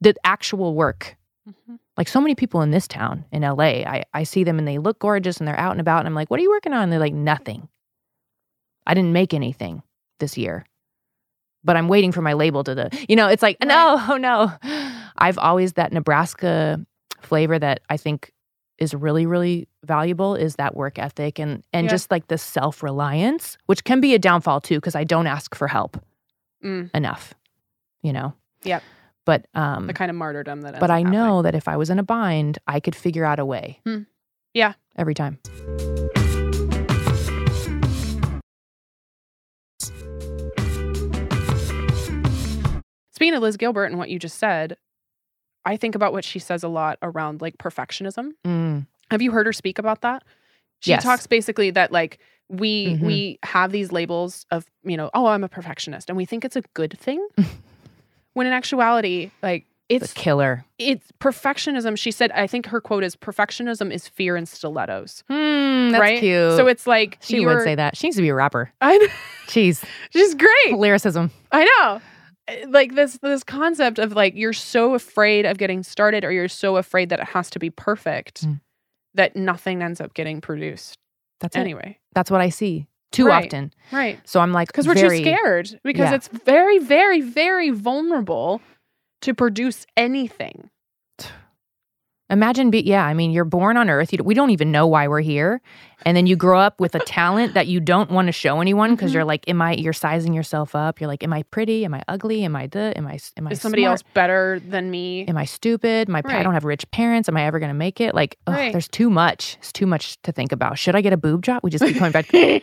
Speaker 2: The actual work.
Speaker 1: Mhm.
Speaker 2: Like so many people in this town in LA, I, I see them and they look gorgeous and they're out and about and I'm like, what are you working on? And they're like, nothing. I didn't make anything this year. But I'm waiting for my label to the you know, it's like,
Speaker 1: Right.
Speaker 2: no, oh no. I've always that Nebraska flavor that I think is really really valuable is that work ethic and and
Speaker 1: Yeah.
Speaker 2: just like the self-reliance which can be a downfall too because i don't ask for help
Speaker 1: Mm.
Speaker 2: enough you know
Speaker 1: Yep.
Speaker 2: but um
Speaker 1: The kind of martyrdom that. ends
Speaker 2: but
Speaker 1: up
Speaker 2: i
Speaker 1: happening.
Speaker 2: know that if i was in a bind i could figure out a way
Speaker 1: Hmm. Yeah.
Speaker 2: every time
Speaker 1: Speaking of Liz Gilbert and what you just said, I think about what she says a lot around like perfectionism.
Speaker 2: Mm,
Speaker 1: Have you heard her speak about that? She
Speaker 2: Yes.
Speaker 1: talks basically that like we
Speaker 2: Mhm.
Speaker 1: we have these labels of, you know, oh, I'm a perfectionist and we think it's a good thing. when in actuality, like
Speaker 2: it's
Speaker 1: it's
Speaker 2: killer
Speaker 1: it's perfectionism. She said I think her quote is perfectionism is fear in stilettos.
Speaker 2: mm, that's
Speaker 1: right?
Speaker 2: cute
Speaker 1: So it's like
Speaker 2: she
Speaker 1: you're,
Speaker 2: would say that she needs to be a rapper
Speaker 1: I know,
Speaker 2: jeez
Speaker 1: she's great.
Speaker 2: lyricism
Speaker 1: I know. Uh, Like this this concept of like you're so afraid of getting started or you're so afraid that it has to be perfect
Speaker 2: Mm. Eh,
Speaker 1: that nothing ends up getting produced
Speaker 2: that's it.
Speaker 1: anyway.
Speaker 2: that's what i see too
Speaker 1: Right.
Speaker 2: often
Speaker 1: Right.
Speaker 2: so i'm like
Speaker 1: Because we're
Speaker 2: very-
Speaker 1: too scared because
Speaker 2: Yeah.
Speaker 1: it's very very very vulnerable to produce anything.
Speaker 2: Imagine, be yeah. I mean, you're born on Earth. You, we don't even know why we're here, and then you grow up with a talent that you don't want to show anyone because
Speaker 1: Mhm.
Speaker 2: you're like, am I? You're sizing yourself up. You're like, am I pretty? Am I ugly? Am I the? Am I? s- Am I?
Speaker 1: Is somebody
Speaker 2: smart?
Speaker 1: else better than me?
Speaker 2: Am I stupid? My pa-
Speaker 1: Right.
Speaker 2: I don't have rich parents. Am I ever gonna make it? Like, ugh,
Speaker 1: Right.
Speaker 2: there's too much. It's too much to think about. Should I get a boob job? We just keep coming back. is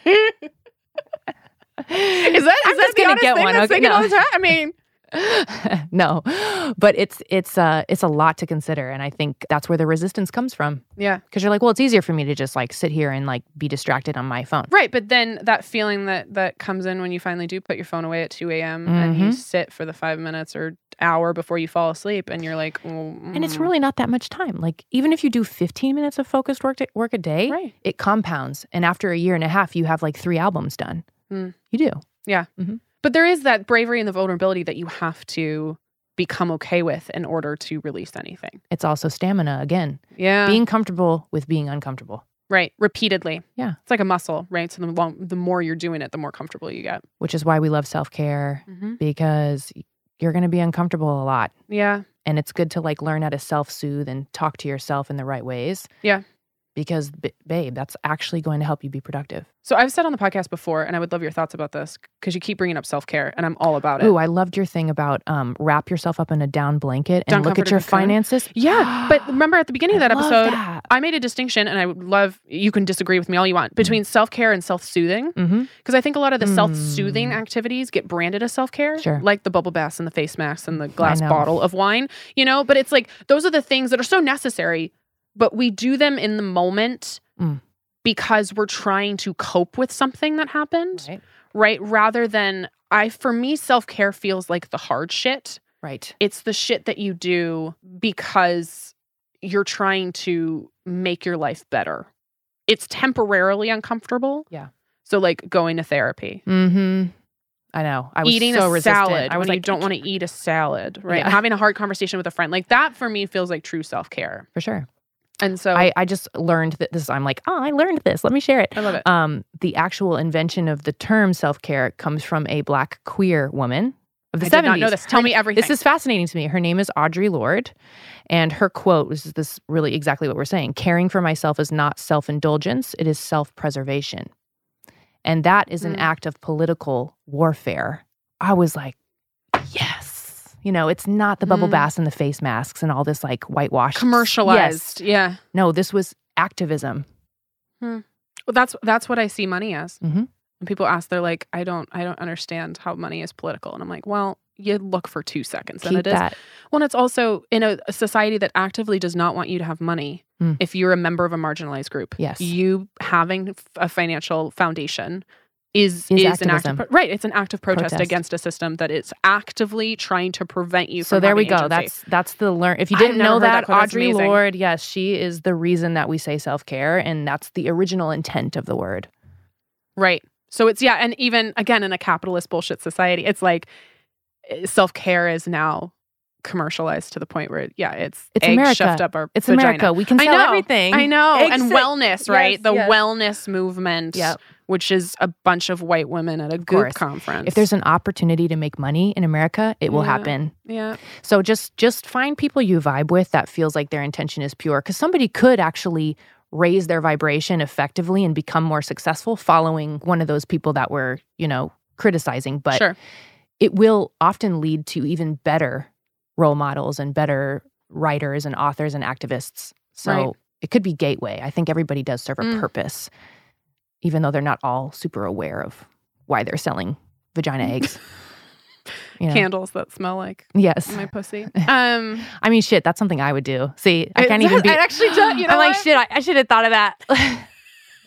Speaker 1: Is that
Speaker 2: I'm
Speaker 1: is that
Speaker 2: just
Speaker 1: the
Speaker 2: gonna
Speaker 1: honest
Speaker 2: get
Speaker 1: thing
Speaker 2: one?
Speaker 1: that's
Speaker 2: okay,
Speaker 1: thinking
Speaker 2: no.
Speaker 1: all the time? I mean,
Speaker 2: no, but it's it's uh it's a lot to consider, and I think that's where the resistance comes from.
Speaker 1: yeah.
Speaker 2: because you're like, well, it's easier for me to just like sit here and like be distracted on my phone.
Speaker 1: Right, but then that feeling that that comes in when you finally do put your phone away at two a.m. and you
Speaker 2: Mhm.
Speaker 1: sit for the five minutes or hour before you fall asleep, and you're like,
Speaker 2: And it's
Speaker 1: "Mm,
Speaker 2: really not that much time. Like even if you do 15 minutes of focused work, work a day,
Speaker 1: right.
Speaker 2: it compounds. And after a year and a half, you have like three albums done.
Speaker 1: Mm.
Speaker 2: You do.
Speaker 1: But there is that bravery and the vulnerability that you have to become okay with in order to release anything.
Speaker 2: It's also stamina again,
Speaker 1: Yeah,
Speaker 2: being comfortable with being uncomfortable.
Speaker 1: Right. Repeatedly.
Speaker 2: Yeah.
Speaker 1: It's like a muscle, right? So the, long, the more you're doing it, the more comfortable you get.
Speaker 2: which is why we love self care
Speaker 1: Mm-hmm.
Speaker 2: because you're going to be uncomfortable a lot.
Speaker 1: Yeah.
Speaker 2: And it's good to like learn how to self soothe and talk to yourself in the right ways.
Speaker 1: Yeah.
Speaker 2: Because, b- babe, that's actually going to help you be productive.
Speaker 1: So I've said on the podcast before, and I would love your thoughts about this because you keep bringing up self care, and I'm all about it.
Speaker 2: Ooh, I loved your thing about um, wrap yourself up in a down blanket and
Speaker 1: Down
Speaker 2: look
Speaker 1: comforter
Speaker 2: at your
Speaker 1: cocoon.
Speaker 2: finances.
Speaker 1: yeah, but remember at the beginning of that
Speaker 2: I love
Speaker 1: episode,
Speaker 2: that.
Speaker 1: I made a distinction, and I would love you can disagree with me all you want
Speaker 2: Mm.
Speaker 1: between self care and self soothing
Speaker 2: Mhm.
Speaker 1: because I think a lot of the self soothing
Speaker 2: Mm.
Speaker 1: activities get branded as self care,
Speaker 2: Sure.
Speaker 1: like the bubble baths and the face masks and the glass
Speaker 2: know.
Speaker 1: bottle of wine, you know. But it's like those are the things that are so necessary, but we do them in the moment.
Speaker 2: Mm.
Speaker 1: Because we're trying to cope with something that happened.
Speaker 2: Right.
Speaker 1: right? Rather than I, for me, self care feels like the hard shit.
Speaker 2: Right.
Speaker 1: It's the shit that you do because you're trying to make your life better. It's temporarily uncomfortable.
Speaker 2: Yeah.
Speaker 1: So, like going to therapy,
Speaker 2: Mm-hmm. I know. I was
Speaker 1: eating
Speaker 2: so
Speaker 1: a
Speaker 2: resistant.
Speaker 1: salad
Speaker 2: I was
Speaker 1: when
Speaker 2: like,
Speaker 1: you don't want to eat a salad, right?
Speaker 2: Yeah.
Speaker 1: Having a hard conversation with a friend, like that for me feels like true self care.
Speaker 2: for sure.
Speaker 1: And so I,
Speaker 2: I, I just learned that this. I'm like, oh, I learned this. Let me share it.
Speaker 1: love it.
Speaker 2: Um, the actual invention of the term self care comes from a black queer woman of the
Speaker 1: I
Speaker 2: 70s.
Speaker 1: did not know this. Tell me everything.
Speaker 2: This is fascinating to me. Her name is Audre Lorde, and her quote was this really exactly what we're saying caring for myself is not self indulgence, it is self preservation. And that is an
Speaker 1: Mm.
Speaker 2: act of political warfare. I was like, yes. You know, it's not the bubble
Speaker 1: Mm.
Speaker 2: baths and the face masks and all this like whitewash
Speaker 1: commercialized. Yeah.
Speaker 2: No, this was activism.
Speaker 1: Well, that's that's what I see money as.
Speaker 2: Mhm.
Speaker 1: When people ask, they're like, "I don't, I don't understand how money is political," and I'm like, "Well, you look for two seconds, and
Speaker 2: Keep
Speaker 1: it is.
Speaker 2: that.
Speaker 1: Well, and it's also in a, a society that actively does not want you to have money.
Speaker 2: Mm.
Speaker 1: If you're a member of a marginalized group,
Speaker 2: Yes.
Speaker 1: you having f- a financial foundation is
Speaker 2: Is
Speaker 1: is, an act
Speaker 2: activism.
Speaker 1: of, pro- right. It's an act of protest,
Speaker 2: Protest.
Speaker 1: against a system that is actively trying to prevent you.
Speaker 2: So
Speaker 1: from
Speaker 2: there we go.
Speaker 1: having agency.
Speaker 2: That's that's the learn. If you
Speaker 1: I had
Speaker 2: didn't
Speaker 1: never
Speaker 2: know
Speaker 1: heard that
Speaker 2: that,
Speaker 1: quote. That's
Speaker 2: Audrey
Speaker 1: amazing.
Speaker 2: Lorde, yes, she is the reason that we say self care, and that's the original intent of the word.
Speaker 1: Right. So it's yeah, and even again in a capitalist bullshit society, it's like self care is now commercialized to the point where yeah, it's
Speaker 2: It's
Speaker 1: egg
Speaker 2: America.
Speaker 1: shoved up our
Speaker 2: It's
Speaker 1: vagina.
Speaker 2: America. We can
Speaker 1: I
Speaker 2: sell
Speaker 1: know.
Speaker 2: everything.
Speaker 1: I know,
Speaker 2: Egg
Speaker 1: and
Speaker 2: sa-
Speaker 1: wellness, right?
Speaker 2: Yes,
Speaker 1: the
Speaker 2: yes.
Speaker 1: wellness movement,
Speaker 2: Yep.
Speaker 1: which is a bunch of white women at a
Speaker 2: course.
Speaker 1: group conference.
Speaker 2: If there's an opportunity to make money in America, it will
Speaker 1: Yeah.
Speaker 2: happen.
Speaker 1: yeah,
Speaker 2: So just just find people you vibe with that feels like their intention is pure, because somebody could actually raise their vibration effectively and become more successful following one of those people that were you know criticizing, but.
Speaker 1: sure,
Speaker 2: it will often lead to even better role models and better writers and authors and activists. So
Speaker 1: Right.
Speaker 2: it could be gateway. I think everybody does serve a
Speaker 1: Mm.
Speaker 2: purpose, even though they're not all super aware of why they're selling vagina eggs. You know?
Speaker 1: candles that smell like
Speaker 2: Yes.
Speaker 1: my pussy. Um,
Speaker 2: I mean, shit, that's something I would do. See, I can't
Speaker 1: it-
Speaker 2: even be.
Speaker 1: I actually don't. You know,
Speaker 2: I'm like,
Speaker 1: what?
Speaker 2: shit, I, I should have thought of that.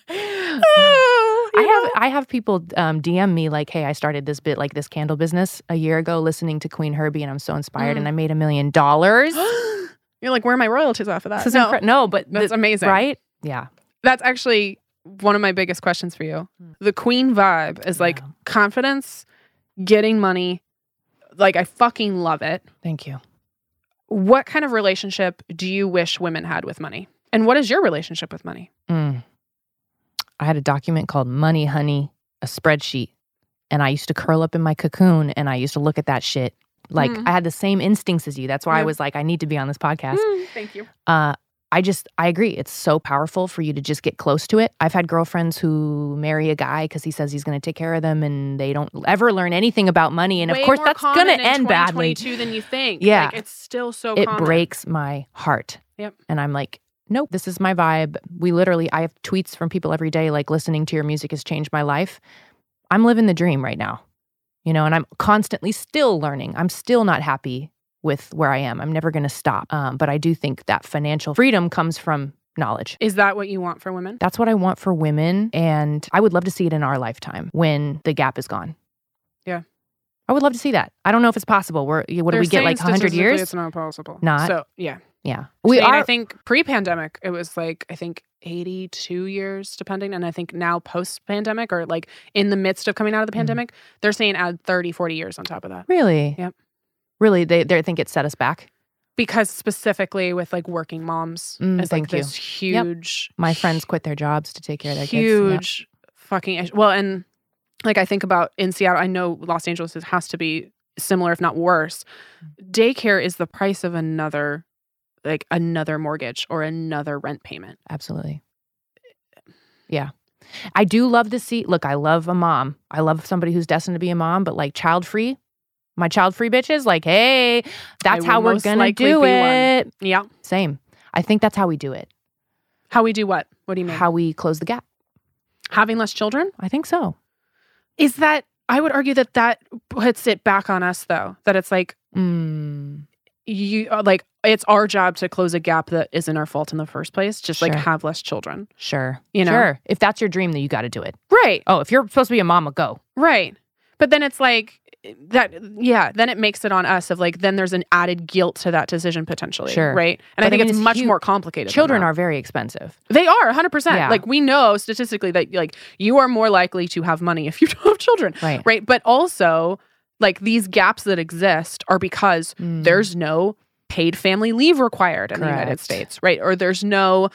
Speaker 1: Oh, you
Speaker 2: I
Speaker 1: know?
Speaker 2: have I have people um, DM me like, "Hey, I started this bit like this candle business a year ago, listening to Queen Herbie, and I'm so inspired,
Speaker 1: Mm.
Speaker 2: and I made a million dollars."
Speaker 1: You're like, where are my royalties off of that?
Speaker 2: This is
Speaker 1: Uh, no,
Speaker 2: incre- no, but
Speaker 1: that's
Speaker 2: the-
Speaker 1: amazing,
Speaker 2: right? Yeah,
Speaker 1: that's actually one of my biggest questions for you.
Speaker 2: Hmm.
Speaker 1: The queen vibe is like
Speaker 2: Yeah.
Speaker 1: confidence, getting money. Like I fucking love it.
Speaker 2: thank you.
Speaker 1: What kind of relationship do you wish women had with money? And what is your relationship with money?
Speaker 2: Mm. I had a document called Money Honey, a spreadsheet, and I used to curl up in my cocoon and I used to look at that shit. Like
Speaker 1: Mm.
Speaker 2: I had the same instincts as you. That's why I
Speaker 1: Yeah. Mm.
Speaker 2: was like, I need to be on this podcast.
Speaker 1: Hmm, thank you.
Speaker 2: uh, I just I agree. It's so powerful for you to just get close to it. I've had girlfriends who marry a guy because he says he's going to take care of them, and they don't ever learn anything about money. And
Speaker 1: Way
Speaker 2: of course,
Speaker 1: more
Speaker 2: that's
Speaker 1: common
Speaker 2: going to
Speaker 1: in
Speaker 2: end badly.
Speaker 1: 2022 than you think.
Speaker 2: Yeah.
Speaker 1: Like, it's still so
Speaker 2: It
Speaker 1: common.
Speaker 2: breaks my heart.
Speaker 1: Yep.
Speaker 2: And I'm like, nope, this is my vibe. We literally, I have tweets from people every day like, listening to your music has changed my life. I'm living the dream right now, you know, and I'm constantly still learning. I'm still not happy with where I am. I'm never going to stop. Um, but I do think that financial freedom comes from knowledge.
Speaker 1: Is that what you want for women?
Speaker 2: That's what I want for women. And I would love to see it in our lifetime when the gap is gone.
Speaker 1: Yeah.
Speaker 2: I would love to see that. I don't know if it's possible. We're, what do
Speaker 1: They're
Speaker 2: we get,
Speaker 1: saying
Speaker 2: like 100
Speaker 1: statistically
Speaker 2: years?
Speaker 1: It's not possible.
Speaker 2: Not.
Speaker 1: So, yeah.
Speaker 2: yeah. We
Speaker 1: I mean,
Speaker 2: are.
Speaker 1: I think pre-pandemic, it was like I think eighty-two years, depending. And I think now post-pandemic, or like in the midst of coming out of the
Speaker 2: Mhm.
Speaker 1: pandemic, they're saying add 30, 40 years on top of that.
Speaker 2: really?
Speaker 1: Yep.
Speaker 2: Really? They, they think it set us back?
Speaker 1: because specifically with like working moms
Speaker 2: Mm,
Speaker 1: as like
Speaker 2: thank you.
Speaker 1: this huge
Speaker 2: My friends quit their jobs to take care of their kids.
Speaker 1: huge fucking issue. Well, and like I think about in Seattle, I know Los Angeles is- has to be similar, if not worse. Daycare is the price of another, like another mortgage or another rent payment.
Speaker 2: Yeah, absolutely. Yeah. I do love to see look, I love a mom. I love somebody who's destined to be a mom, but like child free, my child free bitches, like, hey, that's
Speaker 1: will
Speaker 2: how we're
Speaker 1: most
Speaker 2: gonna
Speaker 1: likely
Speaker 2: do
Speaker 1: be one.
Speaker 2: it.
Speaker 1: Yeah.
Speaker 2: Same. I think that's how we do it.
Speaker 1: How we do what? What do you mean?
Speaker 2: How we close the gap.
Speaker 1: Having less children?
Speaker 2: I think so.
Speaker 1: Is that, I would argue that that puts it back on us though, that it's like,
Speaker 2: Mm,
Speaker 1: you uh, like it's our job to close a gap that isn't our fault in the first place just like
Speaker 2: Sure.
Speaker 1: have less children
Speaker 2: sure.
Speaker 1: You know?
Speaker 2: Sure. If that's your dream, then you got to do it.
Speaker 1: right
Speaker 2: Oh, if you're supposed to be a mama, go.
Speaker 1: Right. But then it's like eh, that yeah, then it makes it on us of like then there's an added guilt to that decision potentially,
Speaker 2: Sure.
Speaker 1: right? And I
Speaker 2: But I
Speaker 1: think
Speaker 2: mean,
Speaker 1: it's
Speaker 2: it's
Speaker 1: much
Speaker 2: huge.
Speaker 1: more complicated. than
Speaker 2: Children
Speaker 1: that.
Speaker 2: are very expensive.
Speaker 1: They are 100%.
Speaker 2: Yeah.
Speaker 1: Like we know statistically that like you are more likely to have money if you don't have children,
Speaker 2: Right.
Speaker 1: right? But also like these gaps that exist are because
Speaker 2: Mm.
Speaker 1: there's no paid family leave required in the United
Speaker 2: Correct.
Speaker 1: States, right? Or there's no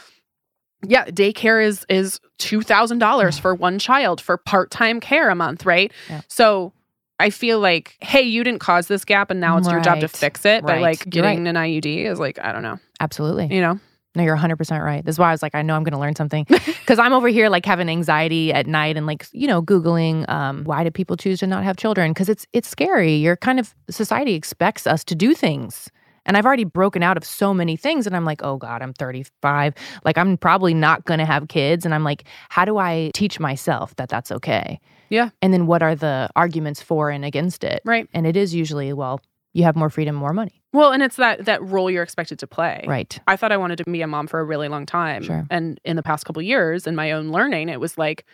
Speaker 1: yeah, daycare is is two thousand dollars for one child for part time care a month, right?
Speaker 2: Yeah.
Speaker 1: So I feel like, hey, you didn't cause this gap, and now it's your job to
Speaker 2: Right.
Speaker 1: fix it by
Speaker 2: Right.
Speaker 1: like
Speaker 2: You're right.
Speaker 1: getting an IUD is like I don't know,
Speaker 2: Absolutely.
Speaker 1: you know,
Speaker 2: No, you're 100% right. This is why I was like, I know I'm going to learn something. Because I'm over here like having anxiety at night and like, you know, Googling, um, why do people choose to not have children? Because it's, it's scary. You're kind of, society expects us to do things. And I've already broken out of so many things. And I'm like, oh God, I'm 35. Like, I'm probably not going to have kids. And I'm like, how do I teach myself that that's okay?
Speaker 1: Yeah.
Speaker 2: And then what are the arguments for and against it?
Speaker 1: right?
Speaker 2: And it is usually, well, you have more freedom, more money.
Speaker 1: Well, and it's that that role you're expected to play,
Speaker 2: Right.
Speaker 1: I thought I wanted to be a mom for a really long time.
Speaker 2: Sure.
Speaker 1: And in the past couple years, in my own learning, it was like,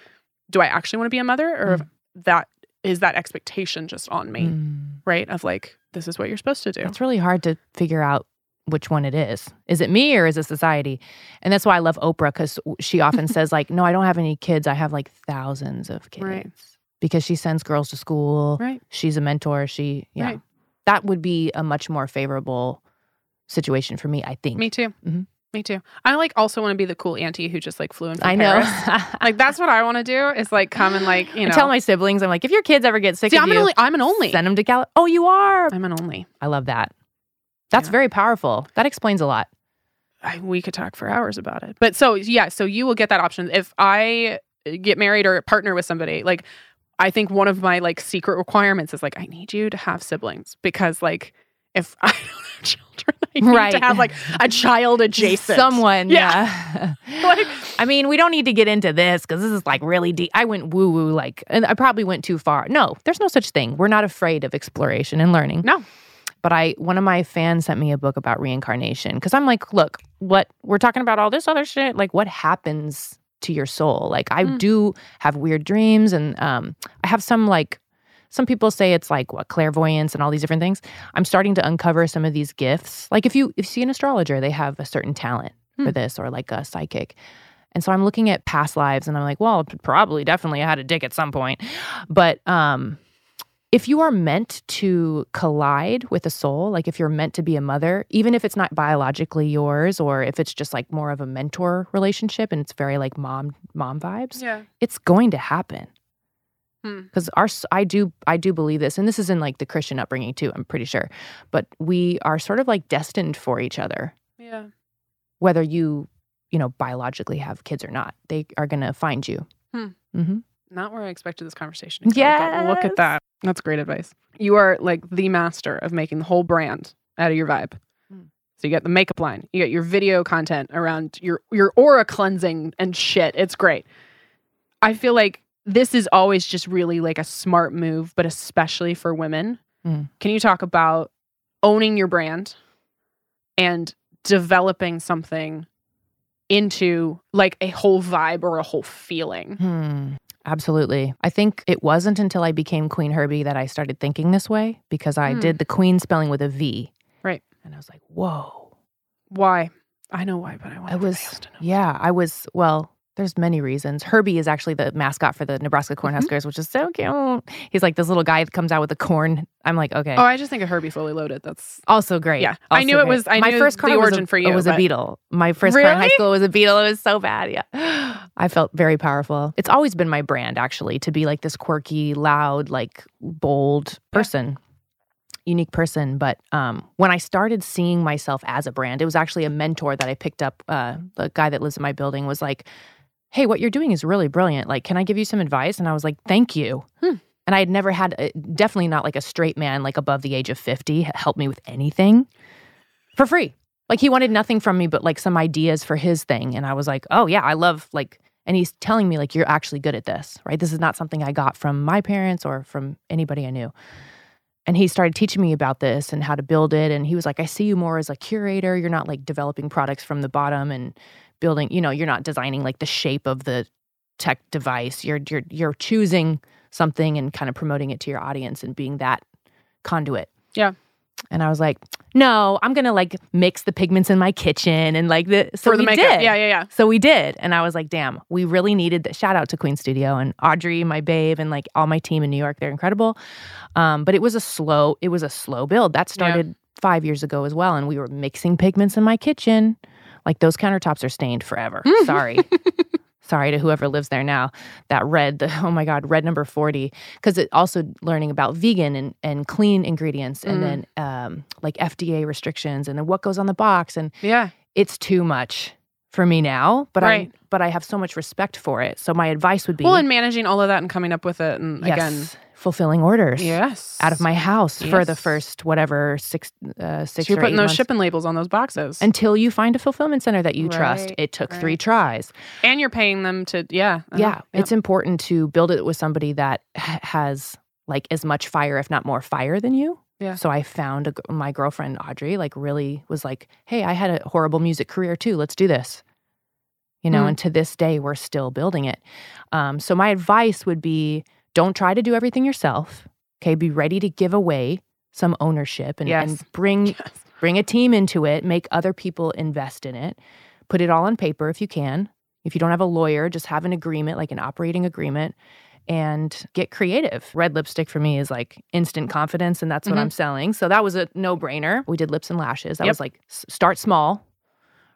Speaker 1: do I actually want to be a mother, or if that is that expectation just on me,
Speaker 2: Mm.
Speaker 1: right? Of like, this is what you're supposed to do.
Speaker 2: It's really hard to figure out which one it is. Is it me or is it society? And that's why I love Oprah because she often says, like, no, I don't have any kids. I have like thousands of kids.
Speaker 1: Right.
Speaker 2: Because she sends girls to school.
Speaker 1: Right.
Speaker 2: She's a mentor. She, yeah.
Speaker 1: Right.
Speaker 2: That would be a much more favorable situation for me, I think.
Speaker 1: Me too.
Speaker 2: Mhm.
Speaker 1: Me too. I like also want to be the cool auntie who just like flew in from
Speaker 2: I know.
Speaker 1: Paris. like that's what I want to do is like come and like you
Speaker 2: I
Speaker 1: know.
Speaker 2: tell my siblings, I'm like, if your kids ever get sick
Speaker 1: See,
Speaker 2: of
Speaker 1: I'm an
Speaker 2: you,
Speaker 1: only. I'm an only.
Speaker 2: send them to Cali. Oh, you are.
Speaker 1: I'm an only.
Speaker 2: I love that. That's
Speaker 1: Yeah.
Speaker 2: very powerful. That explains a lot.
Speaker 1: I, we could talk for hours about it. But so yeah, so you will get that option if I uh, get married or partner with somebody. Like I think one of my like secret requirements is like I need you to have siblings because like if I don't have children, I need
Speaker 2: Right.
Speaker 1: to have like a child adjacent
Speaker 2: Someone,
Speaker 1: Yeah.
Speaker 2: yeah.
Speaker 1: Like
Speaker 2: I mean, we don't need to get into this because this is like really deep. I went woo woo, like, and I probably went too far. No, there's no such thing. We're not afraid of exploration and learning.
Speaker 1: No.
Speaker 2: But I, one of my fans sent me a book about reincarnation because I'm like, look, what we're talking about all this other shit. Like, what happens to your soul? Like, I
Speaker 1: Mm.
Speaker 2: do have weird dreams, and um, I have some like, some people say it's like what clairvoyance and all these different things. I'm starting to uncover some of these gifts. Like, if you if you see an astrologer, they have a certain talent for
Speaker 1: Hmm.
Speaker 2: this, or like a psychic. And so I'm looking at past lives and I'm like, well, probably definitely I had a dick at some point. But um if you are meant to collide with a soul, like if you're meant to be a mother, even if it's not biologically yours or if it's just like more of a mentor relationship and it's very like mom mom vibes,
Speaker 1: yeah.
Speaker 2: it's going to happen.
Speaker 1: Hmm.
Speaker 2: Cuz our s- I do I do believe this and this is in like the Christian upbringing too, I'm pretty sure. But we are sort of like destined for each other
Speaker 1: Yeah.
Speaker 2: whether you you know biologically have kids or not they are going to find you
Speaker 1: Hmm.
Speaker 2: hmm
Speaker 1: Not where I expected this conversation. to go, but Look
Speaker 2: Yes.
Speaker 1: at that. That's great advice. You are like the master of making the whole brand out of your vibe.
Speaker 2: Mm.
Speaker 1: So you got the makeup line, you got your video content around your your aura cleansing and shit. It's great. I feel like this is always just really like a smart move, but especially for women.
Speaker 2: Mm.
Speaker 1: Can you talk about owning your brand and developing something into like a whole vibe or a whole feeling?
Speaker 2: Hmm. Absolutely. I think it wasn't until I became Queen Herbie that I started thinking this way because I
Speaker 1: Hmm.
Speaker 2: did the Queen spelling with a V.
Speaker 1: Right.
Speaker 2: And I was like, whoa.
Speaker 1: Why? I know why, but I want
Speaker 2: I
Speaker 1: everybody
Speaker 2: was,
Speaker 1: else to know.
Speaker 2: yeah, I was, well, There's many reasons. Herbie is actually the mascot for the Nebraska
Speaker 1: Mm-hmm.
Speaker 2: Cornhuskers, which is so cute. He's like this little guy that comes out with a corn. I'm like, okay.
Speaker 1: Oh, I just think of Herbie Fully Loaded. That's
Speaker 2: also great.
Speaker 1: Yeah. I
Speaker 2: Also
Speaker 1: knew it
Speaker 2: great.
Speaker 1: was- I
Speaker 2: my
Speaker 1: knew
Speaker 2: first
Speaker 1: the
Speaker 2: car was
Speaker 1: origin
Speaker 2: a,
Speaker 1: for
Speaker 2: It
Speaker 1: you,
Speaker 2: was a
Speaker 1: but-
Speaker 2: beetle. My first car in high
Speaker 1: Really?
Speaker 2: school was a beetle. It was so bad. Yeah. I felt very powerful. It's always been my brand, actually, to be like this quirky, loud, like bold person, unique person. But um, when I started seeing myself as a brand, it was actually a mentor that I picked up. Uh, the guy that lives in my building was like, Hey, what you're doing is really brilliant. Like, can I give you some advice? And I was like, Thank you.
Speaker 1: Hmm.
Speaker 2: And I had never had, a, definitely not like a straight man, like above the age of 50, h- help me with anything for free. Like he wanted nothing from me but like some ideas for his thing. And I was like, oh yeah, I love like, and he's telling me like, you're actually good at this, right? This is not something I got from my parents or from anybody I knew. And he started teaching me about this and how to build it. And he was like, I see you more as a curator. You're not like developing products from the bottom and building, you know, you're not designing like the shape of the tech device. You're you're you're choosing something and kind of promoting it to your audience and being that conduit.
Speaker 1: Yeah.
Speaker 2: And I was like, no, I'm gonna like mix the pigments in my kitchen and like the so
Speaker 1: for the
Speaker 2: we
Speaker 1: makeup.
Speaker 2: did.
Speaker 1: Yeah, yeah, yeah.
Speaker 2: So we did. And I was like, damn, we really needed that. Shout out to Queen Studio and Audrey, my babe, and like all my team in New York. They're incredible. Um, but it was a slow, it was a slow build. That started five years ago as well. And we were mixing pigments in my kitchen. Like those countertops are stained forever.
Speaker 1: Mm-hmm.
Speaker 2: Sorry. Sorry to whoever lives there now. That red, the, oh my God, red number 40. Because it also learning about vegan and, and clean ingredients and
Speaker 1: Mm.
Speaker 2: then um, like FDA restrictions and then what goes on the box. And
Speaker 1: Yeah.
Speaker 2: it's too much for me now, but
Speaker 1: Right.
Speaker 2: I but I have so much respect for it. So my advice would be
Speaker 1: Well, and managing all of that and coming up with it and
Speaker 2: yes, fulfilling orders
Speaker 1: again. Yes.
Speaker 2: out of my house for the
Speaker 1: Yes.
Speaker 2: first whatever six uh, six
Speaker 1: So you're
Speaker 2: or eight
Speaker 1: putting those
Speaker 2: months.
Speaker 1: shipping labels on those boxes.
Speaker 2: until you find a fulfillment center that you trust.
Speaker 1: Right,
Speaker 2: It took
Speaker 1: right.
Speaker 2: three tries.
Speaker 1: and you're paying them to yeah. uh-huh, I know.
Speaker 2: yeah, it's important to build it with somebody that h- has like as much fire, if not more fire than you.
Speaker 1: Yeah.
Speaker 2: So I found a g my girlfriend Audrey, like really was like, "Hey, I had a horrible music career too. Let's do this." You know,
Speaker 1: Mm.
Speaker 2: and to this day, we're still building it. Um, so my advice would be: don't try to do everything yourself. Okay, be ready to give away some ownership and,
Speaker 1: Yes.
Speaker 2: and bring
Speaker 1: Yes.
Speaker 2: bring a team into it, make other people invest in it, put it all on paper if you can. If you don't have a lawyer, just have an agreement, like an operating agreement, and get creative. Red lipstick for me is like instant confidence, and that's what
Speaker 1: Mhm.
Speaker 2: I'm selling. So that was a no brainer. We did lips and lashes. That
Speaker 1: Yep.
Speaker 2: was like s- start small,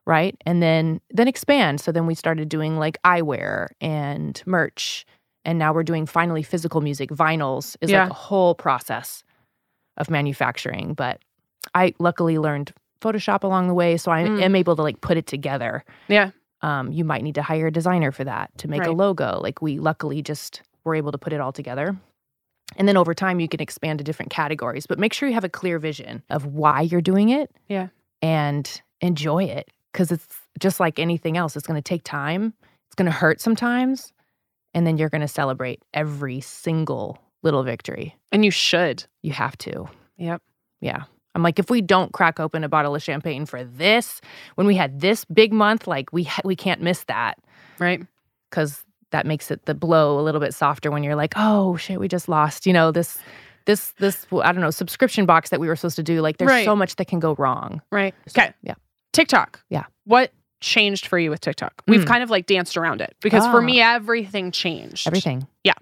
Speaker 2: right? And then then expand. So then we started doing like eyewear and merch, and now we're doing finally physical music. Vinyls is
Speaker 1: Yeah.
Speaker 2: like a whole process of manufacturing, but I luckily learned Photoshop along the way, so I
Speaker 1: Mm.
Speaker 2: am able to like put it together.
Speaker 1: Yeah.
Speaker 2: Um, you might need to hire a designer for that to make a
Speaker 1: Right.
Speaker 2: logo. Like we luckily just were able to put it all together. And then over time you can expand to different categories, but make sure you have a clear vision of why you're doing it.
Speaker 1: Yeah.
Speaker 2: And enjoy it cuz it's just like anything else. It's going to take time. It's going to hurt sometimes, and then you're going to celebrate every single little victory.
Speaker 1: and you should.
Speaker 2: You have to.
Speaker 1: Yep.
Speaker 2: Yeah. I'm like, if we don't crack open a bottle of champagne for this, when we had this big month, like we ha- we can't miss that
Speaker 1: Right.
Speaker 2: because that makes it the blow a little bit softer when you're like, oh shit, we just lost, you know, this this this well, I don't know subscription box that we were supposed to do. Like, there's
Speaker 1: Right.
Speaker 2: so much that can go wrong.
Speaker 1: Right.
Speaker 2: So,
Speaker 1: Okay.
Speaker 2: yeah.
Speaker 1: TikTok.
Speaker 2: Yeah.
Speaker 1: What changed for you with TikTok? We've
Speaker 2: Mm.
Speaker 1: kind of like danced around it because for
Speaker 2: Ah.
Speaker 1: me everything changed.
Speaker 2: Everything.
Speaker 1: Yeah.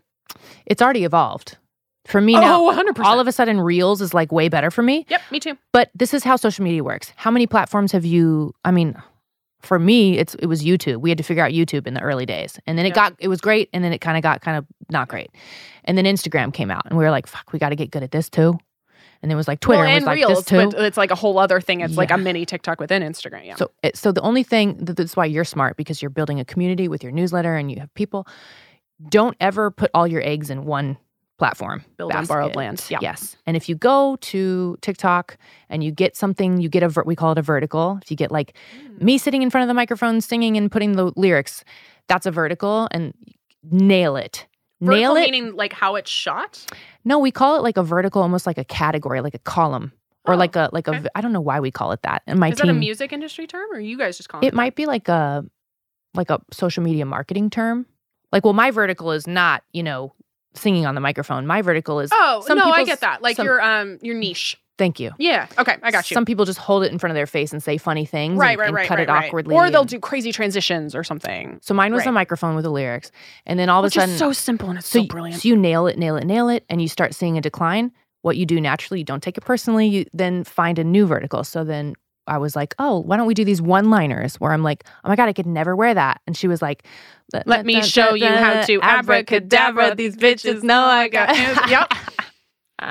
Speaker 2: It's already evolved. For me now,
Speaker 1: Oh, 100%.
Speaker 2: all of a sudden, Reels is like way better for me.
Speaker 1: Yep, me too.
Speaker 2: But this is how social media works. How many platforms have you? I mean, for me, it's it was YouTube. We had to figure out YouTube in the early days, and then it
Speaker 1: Yeah.
Speaker 2: got it was great, and then it kind of got kind of not great, and then Instagram came out, and we were like, "Fuck, we got to get good at this too." And it was like Twitter
Speaker 1: well,
Speaker 2: and
Speaker 1: and
Speaker 2: was like
Speaker 1: Reels,
Speaker 2: this too.
Speaker 1: but it's like a whole other thing. It's like
Speaker 2: Yeah.
Speaker 1: a mini TikTok within Instagram. Yeah.
Speaker 2: So, it- so the only thing th- that's why you're smart because you're building a community with your newsletter and you have people. Don't ever put all your eggs in one platform.
Speaker 1: Build on borrowed
Speaker 2: basket.
Speaker 1: land. Yeah.
Speaker 2: Yes. And if you go to TikTok and you get something, you get a ver- we call it a vertical. If you get like
Speaker 1: Mm.
Speaker 2: me sitting in front of the microphone singing and putting the lyrics, that's a vertical and nail it.
Speaker 1: Vertical
Speaker 2: nail it.
Speaker 1: meaning like how it's shot.
Speaker 2: No, we call it like a vertical, almost like a category, like a column, or
Speaker 1: Oh,
Speaker 2: like a like a.
Speaker 1: okay.
Speaker 2: v- I don't know why we call it that. And my
Speaker 1: Is
Speaker 2: team,
Speaker 1: that a music industry term or are you guys just calling it?
Speaker 2: it might be like a like a social media marketing term. Like, well, my vertical is not you know singing on the microphone. My vertical is
Speaker 1: that? Oh,
Speaker 2: some
Speaker 1: no, I
Speaker 2: people's-
Speaker 1: get that. Like
Speaker 2: some-
Speaker 1: your um your niche.
Speaker 2: Thank you.
Speaker 1: Yeah. Okay. I got you.
Speaker 2: Some people just hold it in front of their face and say funny things.
Speaker 1: right,
Speaker 2: and,
Speaker 1: right,
Speaker 2: and
Speaker 1: right.
Speaker 2: Cut
Speaker 1: right,
Speaker 2: it
Speaker 1: right.
Speaker 2: awkwardly.
Speaker 1: Or they'll
Speaker 2: and-
Speaker 1: do crazy transitions or something.
Speaker 2: So mine was
Speaker 1: Right.
Speaker 2: a microphone with the lyrics, and then all of
Speaker 1: Which
Speaker 2: a sudden,
Speaker 1: is so simple and it's
Speaker 2: so
Speaker 1: so,
Speaker 2: you-
Speaker 1: brilliant.
Speaker 2: So you nail it, nail it, nail it, and you start seeing a decline. What you do naturally, you don't take it personally. You then find a new vertical. So then I was like, oh, why don't we do these one liners where I'm like, oh my God, I could never wear that. And she was like,
Speaker 1: Let me show you how to abracadabra these bitches. No, I got. yep.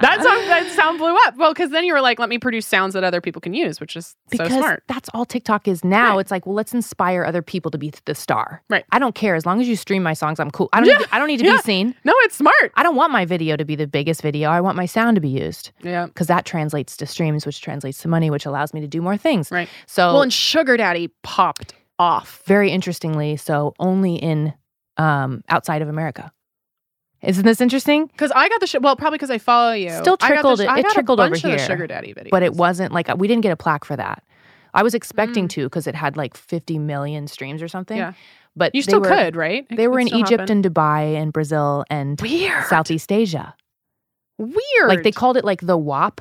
Speaker 1: That's how that sound blew up. Well, because then you were like, let me produce sounds that other people can use, which is
Speaker 2: because
Speaker 1: so smart.
Speaker 2: that's all TikTok is now.
Speaker 1: Right.
Speaker 2: It's like, well, let's inspire other people to be the star.
Speaker 1: Right.
Speaker 2: I don't care as long as you stream my songs. I'm cool. I don't.
Speaker 1: Yeah.
Speaker 2: Need to, I don't need to
Speaker 1: Yeah.
Speaker 2: be seen.
Speaker 1: No, it's smart.
Speaker 2: I don't want my video to be the biggest video. I want my sound to be used
Speaker 1: Yeah.
Speaker 2: because that translates to streams, which translates to money, which allows me to do more things.
Speaker 1: Right.
Speaker 2: So
Speaker 1: Well, and Sugar Daddy popped off.
Speaker 2: very interestingly, so only in um, outside of America. Isn't this interesting?
Speaker 1: Because I got the sh- well, probably because I follow you.
Speaker 2: Still
Speaker 1: I got the
Speaker 2: trickled
Speaker 1: sh-
Speaker 2: it-
Speaker 1: I
Speaker 2: it
Speaker 1: got
Speaker 2: trickled
Speaker 1: a
Speaker 2: over
Speaker 1: bunch of the
Speaker 2: here,
Speaker 1: Sugar Daddy videos,
Speaker 2: But it wasn't like we didn't get a plaque for that. I was expecting
Speaker 1: Mm.
Speaker 2: to because it had like 50 million streams or something.
Speaker 1: Yeah.
Speaker 2: But
Speaker 1: You
Speaker 2: they
Speaker 1: still
Speaker 2: were-
Speaker 1: could, right? It
Speaker 2: They were
Speaker 1: could
Speaker 2: in
Speaker 1: still
Speaker 2: Egypt
Speaker 1: happen.
Speaker 2: and Dubai and Brazil and
Speaker 1: weird,
Speaker 2: Southeast Asia.
Speaker 1: weird.
Speaker 2: Like they called it like the WAP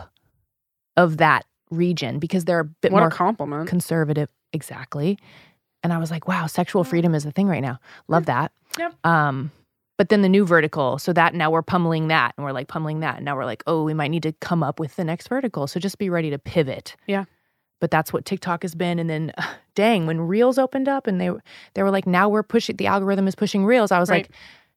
Speaker 2: of that region because they're a bit
Speaker 1: what
Speaker 2: more
Speaker 1: a compliment.
Speaker 2: conservative exactly and i was like wow sexual
Speaker 1: Yeah.
Speaker 2: freedom is a thing right now love that
Speaker 1: Yep.
Speaker 2: um but then the new vertical so that now we're pummeling that and we're like pummeling that and now we're like oh we might need to come up with the next vertical so just be ready to pivot
Speaker 1: Yeah.
Speaker 2: but that's what tiktok has been and then dang when reels opened up and they they were like now we're pushing the algorithm is pushing reels i was
Speaker 1: Right.
Speaker 2: like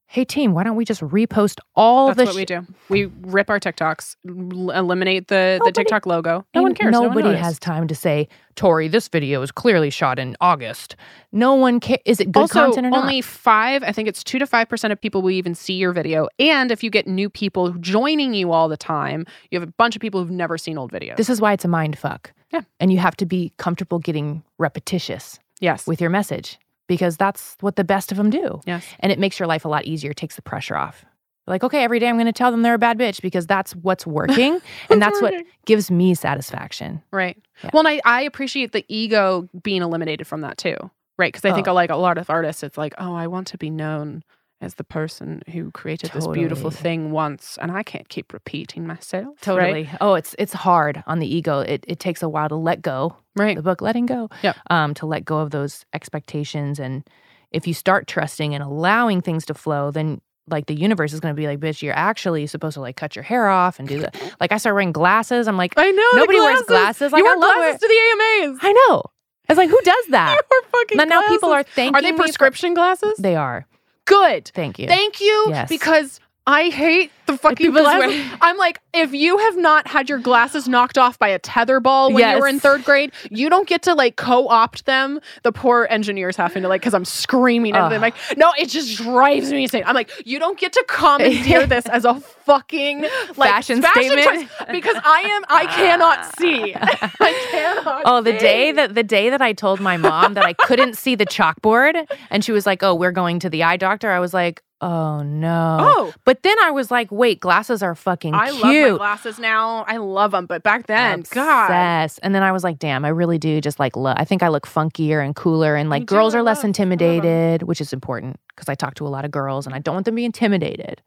Speaker 2: hey team why don't we just repost all
Speaker 1: That's
Speaker 2: the
Speaker 1: what we
Speaker 2: shit
Speaker 1: do. We rip our TikToks, l- eliminate the
Speaker 2: Nobody-
Speaker 1: the TikTok logo. No one
Speaker 2: Ain't
Speaker 1: cares. No one
Speaker 2: Nobody
Speaker 1: noticed.
Speaker 2: has time to say, Tori, this video is clearly shot in August. No one cares. Is it good
Speaker 1: also,
Speaker 2: content or not?
Speaker 1: only five. I think it's two to five percent of people will even see your video. And if you get new people joining you all the time, you have a bunch of people who've never seen old videos.
Speaker 2: This is why it's a mind fuck.
Speaker 1: Yeah.
Speaker 2: And you have to be comfortable getting repetitious
Speaker 1: yes,
Speaker 2: with your message because that's what the best of them do.
Speaker 1: yes,
Speaker 2: And it makes your life a lot easier, takes the pressure off. Like, okay, every day I'm going to tell them they're a bad bitch because that's what's working. and that's what gives me satisfaction.
Speaker 1: Right.
Speaker 2: Yeah.
Speaker 1: Well, and I, I appreciate the ego being eliminated from that too. Right. Because I think
Speaker 2: Oh.
Speaker 1: like a lot of artists, it's like, oh, I want to be known as the person who created this beautiful
Speaker 2: Totally.
Speaker 1: thing once, and I can't keep repeating myself. right?
Speaker 2: Totally. Oh, it's it's hard on the ego. It, it takes a while to let go
Speaker 1: Right.
Speaker 2: the book letting go
Speaker 1: Yep.
Speaker 2: um, to let go of those expectations and if you start trusting and allowing things to flow then like the universe is going to be like bitch you're actually supposed to like cut your hair off and do that like i started wearing glasses i'm like
Speaker 1: I know. the
Speaker 2: nobody wears glasses like
Speaker 1: you
Speaker 2: i
Speaker 1: wear
Speaker 2: love
Speaker 1: glasses
Speaker 2: it
Speaker 1: to the AMAs.
Speaker 2: i know i was like who does
Speaker 1: You
Speaker 2: that
Speaker 1: wear fucking
Speaker 2: now, now people are
Speaker 1: glasses.
Speaker 2: thanking
Speaker 1: Are they
Speaker 2: me for-
Speaker 1: prescription glasses?
Speaker 2: they are
Speaker 1: Good.
Speaker 2: thank you
Speaker 1: Thank you.
Speaker 2: Yes.
Speaker 1: Because I hate the fucking
Speaker 2: people's
Speaker 1: glasses.
Speaker 2: wear-
Speaker 1: I'm like, if you have not had your glasses knocked off by a tether ball when you were
Speaker 2: Yes.
Speaker 1: in third grade, you don't get to like co-opt them. The poor engineers having to like, because I'm screaming at them
Speaker 2: Ugh.
Speaker 1: like, no, it just drives me insane. I'm like, you don't get to commandeer this as a fucking like
Speaker 2: Fashion statement.
Speaker 1: choice because I am, I cannot see. I cannot.
Speaker 2: Oh, the
Speaker 1: see.
Speaker 2: day that the day that I told my mom that I couldn't see the chalkboard, and she was like, "Oh, we're going to the eye doctor." I was like, "Oh no!"
Speaker 1: Oh.
Speaker 2: but then I was like, "Wait, glasses are fucking
Speaker 1: I
Speaker 2: cute."
Speaker 1: love my glasses now. I love them, but back then, God,
Speaker 2: Obsessed. And then I was like, damn, I really do just like look. I think I look funkier and cooler, and like
Speaker 1: You do.
Speaker 2: girls
Speaker 1: I
Speaker 2: are
Speaker 1: love-
Speaker 2: less
Speaker 1: I love 'em.
Speaker 2: intimidated, which is important because I talk to a lot of girls and I don't want them to be intimidated.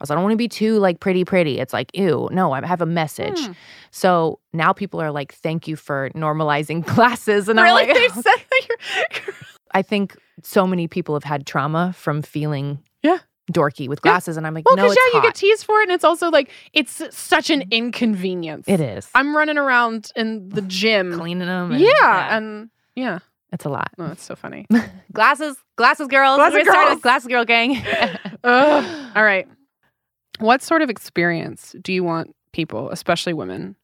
Speaker 2: I was like, I don't want to be too like pretty, pretty. It's like, ew, no, I have a message.
Speaker 1: Hmm.
Speaker 2: So now people are like, thank you for normalizing glasses. And
Speaker 1: really?
Speaker 2: I'm
Speaker 1: they
Speaker 2: like,
Speaker 1: said that you're.
Speaker 2: I think so many people have had trauma from feeling
Speaker 1: Yeah.
Speaker 2: dorky with
Speaker 1: Yeah.
Speaker 2: glasses. And I'm like,
Speaker 1: Well,
Speaker 2: no,
Speaker 1: because
Speaker 2: it's
Speaker 1: yeah, you get
Speaker 2: hot.
Speaker 1: teased for it, and it's also like it's such an inconvenience.
Speaker 2: it is.
Speaker 1: I'm running around in the gym.
Speaker 2: cleaning them.
Speaker 1: yeah, and yeah,
Speaker 2: it's a lot.
Speaker 1: no, it's so funny.
Speaker 2: Glasses, glasses, girls.
Speaker 1: Glasses
Speaker 2: We're gonna start
Speaker 1: girls.
Speaker 2: as glasses, girl gang.
Speaker 1: Ugh. All right, what sort of experience do you want people, especially women,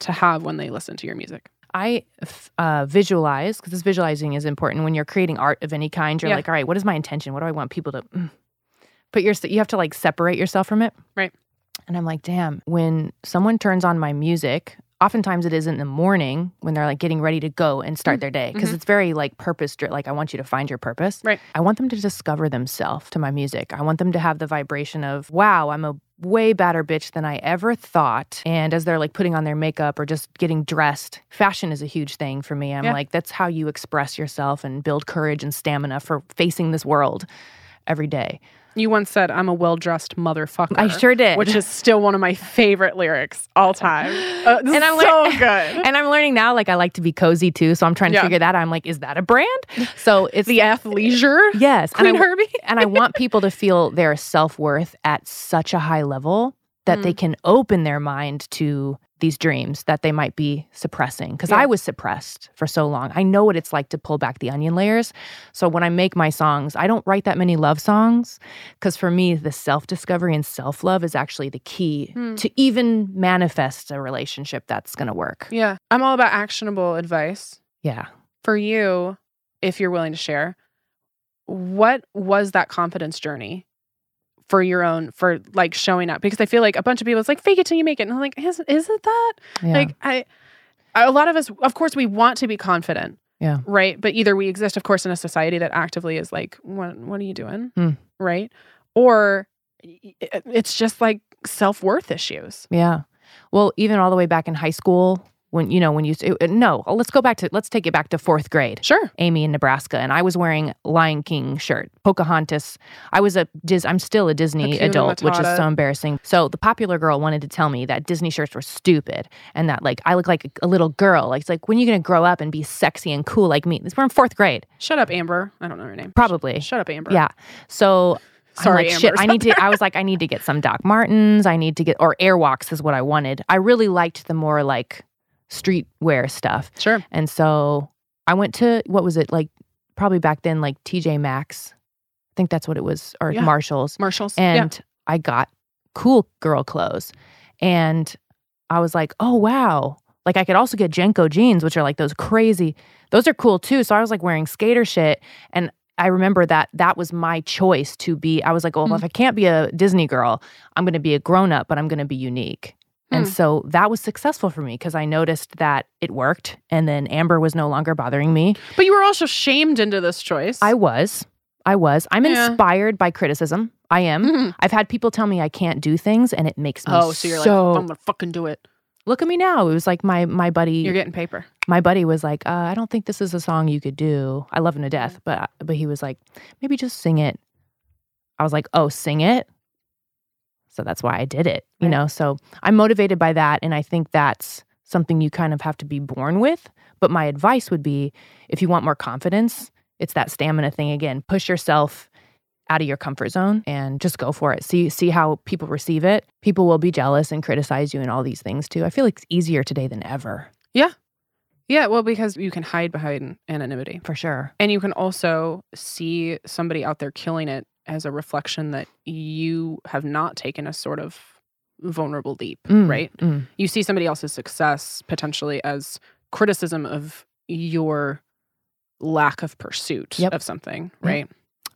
Speaker 1: to have when they listen to your music?
Speaker 2: I f- uh, visualize because this visualizing is important when you're creating art of any kind. You're
Speaker 1: Yeah.
Speaker 2: like, all right, what is my intention? What do I want people to? Mm. But you're you have to like separate yourself from it,
Speaker 1: Right.
Speaker 2: And I'm like, damn, when someone turns on my music, oftentimes it is in the morning when they're like getting ready to go and start their day because
Speaker 1: Mhm.
Speaker 2: it's very like purpose dri Like I want you to find your purpose.
Speaker 1: Right.
Speaker 2: I want them to discover themselves to my music. I want them to have the vibration of, wow, I'm a way better bitch than I ever thought. And as they're like putting on their makeup or just getting dressed, fashion is a huge thing for me. I'm
Speaker 1: Yeah.
Speaker 2: like, that's how you express yourself and build courage and stamina for facing this world. every day. Uh-huh.
Speaker 1: You once said, I'm a well dressed motherfucker.
Speaker 2: I sure did.
Speaker 1: Which is still one of my favorite lyrics all time. Uh,
Speaker 2: And I'm
Speaker 1: so
Speaker 2: like-
Speaker 1: good.
Speaker 2: and I'm learning now, like I like to be cozy too. So I'm trying to
Speaker 1: Yeah.
Speaker 2: figure that out. I'm like, is that a brand? So it's
Speaker 1: The athleisure.
Speaker 2: yes,
Speaker 1: Queen
Speaker 2: and I,
Speaker 1: Herbie.
Speaker 2: and I want people to feel their self worth at such a high level that
Speaker 1: Mm.
Speaker 2: they can open their mind to these dreams that they might be suppressing. Because
Speaker 1: Yeah.
Speaker 2: I was suppressed for so long. I know what it's like to pull back the onion layers. So when I make my songs, I don't write that many love songs. Because for me, the self discovery and self love is actually the key
Speaker 1: Hmm.
Speaker 2: to even manifest a relationship that's going to work.
Speaker 1: Yeah. I'm all about actionable advice.
Speaker 2: Yeah.
Speaker 1: For you, if you're willing to share, what was that confidence journey for your own, for like showing up? Because I feel like a bunch of people, it's like, fake it till you make it. And I'm like, is, is it that?
Speaker 2: yeah.
Speaker 1: Like, I, a lot of us, of course, we want to be confident.
Speaker 2: Yeah.
Speaker 1: Right. But either we exist, of course, in a society that actively is like, what, what are you doing?
Speaker 2: Hmm.
Speaker 1: Right. Or i- i- it's just like self worth issues.
Speaker 2: Yeah. Well, even all the way back in high school, when you know, when you it, no, let's go back to let's take it back to fourth grade.
Speaker 1: Sure.
Speaker 2: Amy in Nebraska, and I was wearing Lion King shirt, Pocahontas. I was a Dis. I'm still a Disney
Speaker 1: Hakuna
Speaker 2: adult, which is
Speaker 1: Matata.
Speaker 2: so embarrassing. So the popular girl wanted to tell me that Disney shirts were stupid and that like I look like a little girl. Like it's like when are you gonna grow up and be sexy and cool like me? This- We're in fourth grade,
Speaker 1: Shut up, Amber. I don't know her name.
Speaker 2: probably.
Speaker 1: Shut up, Amber.
Speaker 2: Yeah. So
Speaker 1: Sorry,
Speaker 2: I'm like,
Speaker 1: Amber.
Speaker 2: shit, I need to. I was like, I need to get some Doc Martens. I need to get or Airwalks is what I wanted. I really liked the more like streetwear stuff,
Speaker 1: Sure.
Speaker 2: and so I went to what was it like? Probably back then, like TJ Maxx. I think that's what it was, or
Speaker 1: Yeah.
Speaker 2: Marshalls,
Speaker 1: Marshalls. yeah.
Speaker 2: and I got cool girl clothes, and I was like, oh wow. Like I could also get Jenko jeans, which are like those crazy. Those are cool too. So I was like wearing skater shit, and I remember that that was my choice to be. I was like, well,
Speaker 1: Hmm.
Speaker 2: if I can't be a Disney girl, I'm going to be a grown up, but I'm going to be unique. And
Speaker 1: Hmm.
Speaker 2: so that was successful for me because I noticed that it worked. And then Amber was no longer bothering me.
Speaker 1: But you were also shamed into this choice.
Speaker 2: I was, I was. I'm
Speaker 1: Yeah.
Speaker 2: inspired by criticism. I am.
Speaker 1: Mhm.
Speaker 2: I've had people tell me I can't do things, and it makes me
Speaker 1: Oh, so you're like, I'm
Speaker 2: so-
Speaker 1: gonna fucking do it.
Speaker 2: look at me now. It was like my my buddy.
Speaker 1: You're getting paper.
Speaker 2: my buddy was like, uh, I don't think this is a song you could do. I love him to death, but uh, but he was like, maybe just sing it. I was like, oh, sing it. So that's why I did it, you
Speaker 1: Right.
Speaker 2: know. So I'm motivated by that, and I think that's something you kind of have to be born with. But my advice would be, if you want more confidence, it's that stamina thing again. Push yourself out of your comfort zone and just go for it. See see how people receive it. People will be jealous and criticize you and all these things too. I feel like it's easier today than ever,
Speaker 1: Yeah. Well, because you can hide behind anonymity,
Speaker 2: for sure.
Speaker 1: and you can also see somebody out there killing it as a reflection that you have not taken a sort of vulnerable leap,
Speaker 2: Mm,
Speaker 1: right?
Speaker 2: mm.
Speaker 1: you see somebody else's success potentially as criticism of your lack of pursuit
Speaker 2: Yep.
Speaker 1: of something,
Speaker 2: Yep.
Speaker 1: right?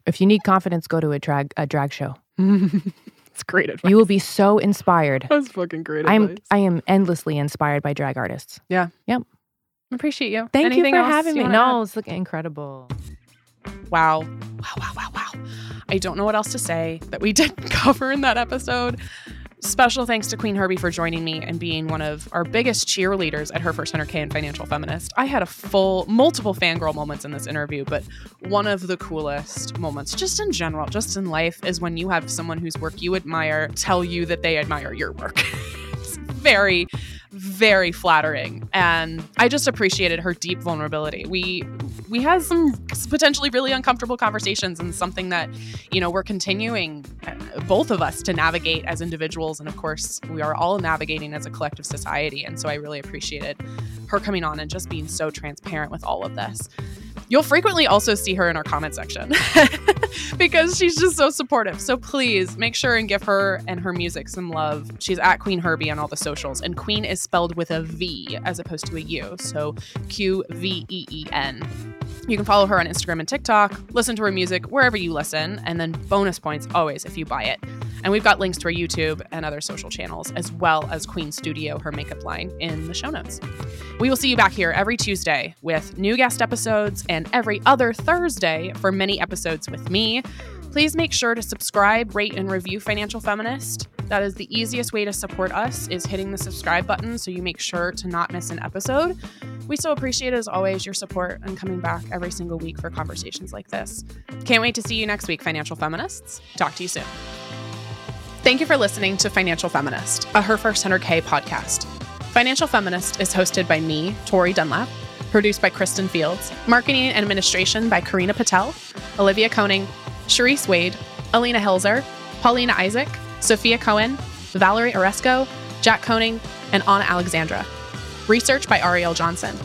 Speaker 2: If you need confidence, go to a drag a drag show.
Speaker 1: it's great advice.
Speaker 2: You will be so inspired.
Speaker 1: That's fucking great
Speaker 2: I'm
Speaker 1: advice.
Speaker 2: I am endlessly inspired by drag artists.
Speaker 1: appreciate you.
Speaker 2: Thank
Speaker 1: Anything
Speaker 2: you for
Speaker 1: else
Speaker 2: having
Speaker 1: you
Speaker 2: me.
Speaker 1: wanna
Speaker 2: No, it's looking incredible.
Speaker 1: add? Wow. Wow, wow, wow, wow. I don't know what else to say that we didn't cover in that episode. Special thanks to Queen Herbie for joining me and being one of our biggest cheerleaders at her first 100K and Financial Feminist. I had a full, multiple fangirl moments in this interview, but one of the coolest moments, just in general, just in life, is when you have someone whose work you admire tell you that they admire your work. it's very, very flattering, and I just appreciated her deep vulnerability. We we had some potentially really uncomfortable conversations, and something that you know we're continuing uh, both of us to navigate as individuals and of course we are all navigating as a collective society and so i really appreciated her coming on and just being so transparent with all of this you'll frequently also see her in our comment section because she's just so supportive so please make sure and give her and her music some love she's at queen herbie on all the socials and queen is spelled with a v as opposed to a u so E q-v-e-e-n you can follow her on Instagram and TikTok, listen to her music wherever you listen, and then bonus points always if you buy it. And we've got links to her YouTube and other social channels, as well as Queen Studio, her makeup line, in the show notes. We will see you back here every Tuesday with new guest episodes and every other Thursday for mini episodes with me. Please make sure to subscribe, rate, and review Financial Feminist. That is the easiest way to support us is hitting the subscribe button so you make sure to not miss an episode. We so appreciate as always your support and coming back every single week for conversations like this. Can't wait to see you next week, financial feminists. Talk to you soon. Thank you for listening to Financial Feminist, a Her First 100K podcast. Financial Feminist is hosted by me, Tori Dunlap, produced by Kristen Fields, marketing and administration by Karina Patel, Olivia Koning, Sharice Wade, Alina Hilzer, Paulina Isaac, Sophia Cohen, Valerie Oresco, Jack Koning, and Anna Alexandra. Research by Ariel Johnson.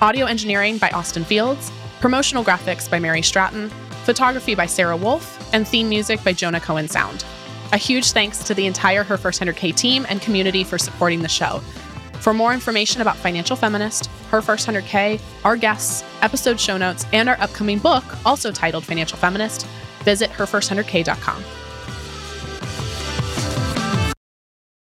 Speaker 1: Audio engineering by Austin Fields. Promotional graphics by Mary Stratton. Photography by Sarah Wolf. And theme music by Jonah Cohen Sound. A huge thanks to the entire Her First 100K team and community for supporting the show. For more information about Financial Feminist, Her First 100K, our guests, episode show notes, and our upcoming book, also titled Financial Feminist, visit herfirst100k.com.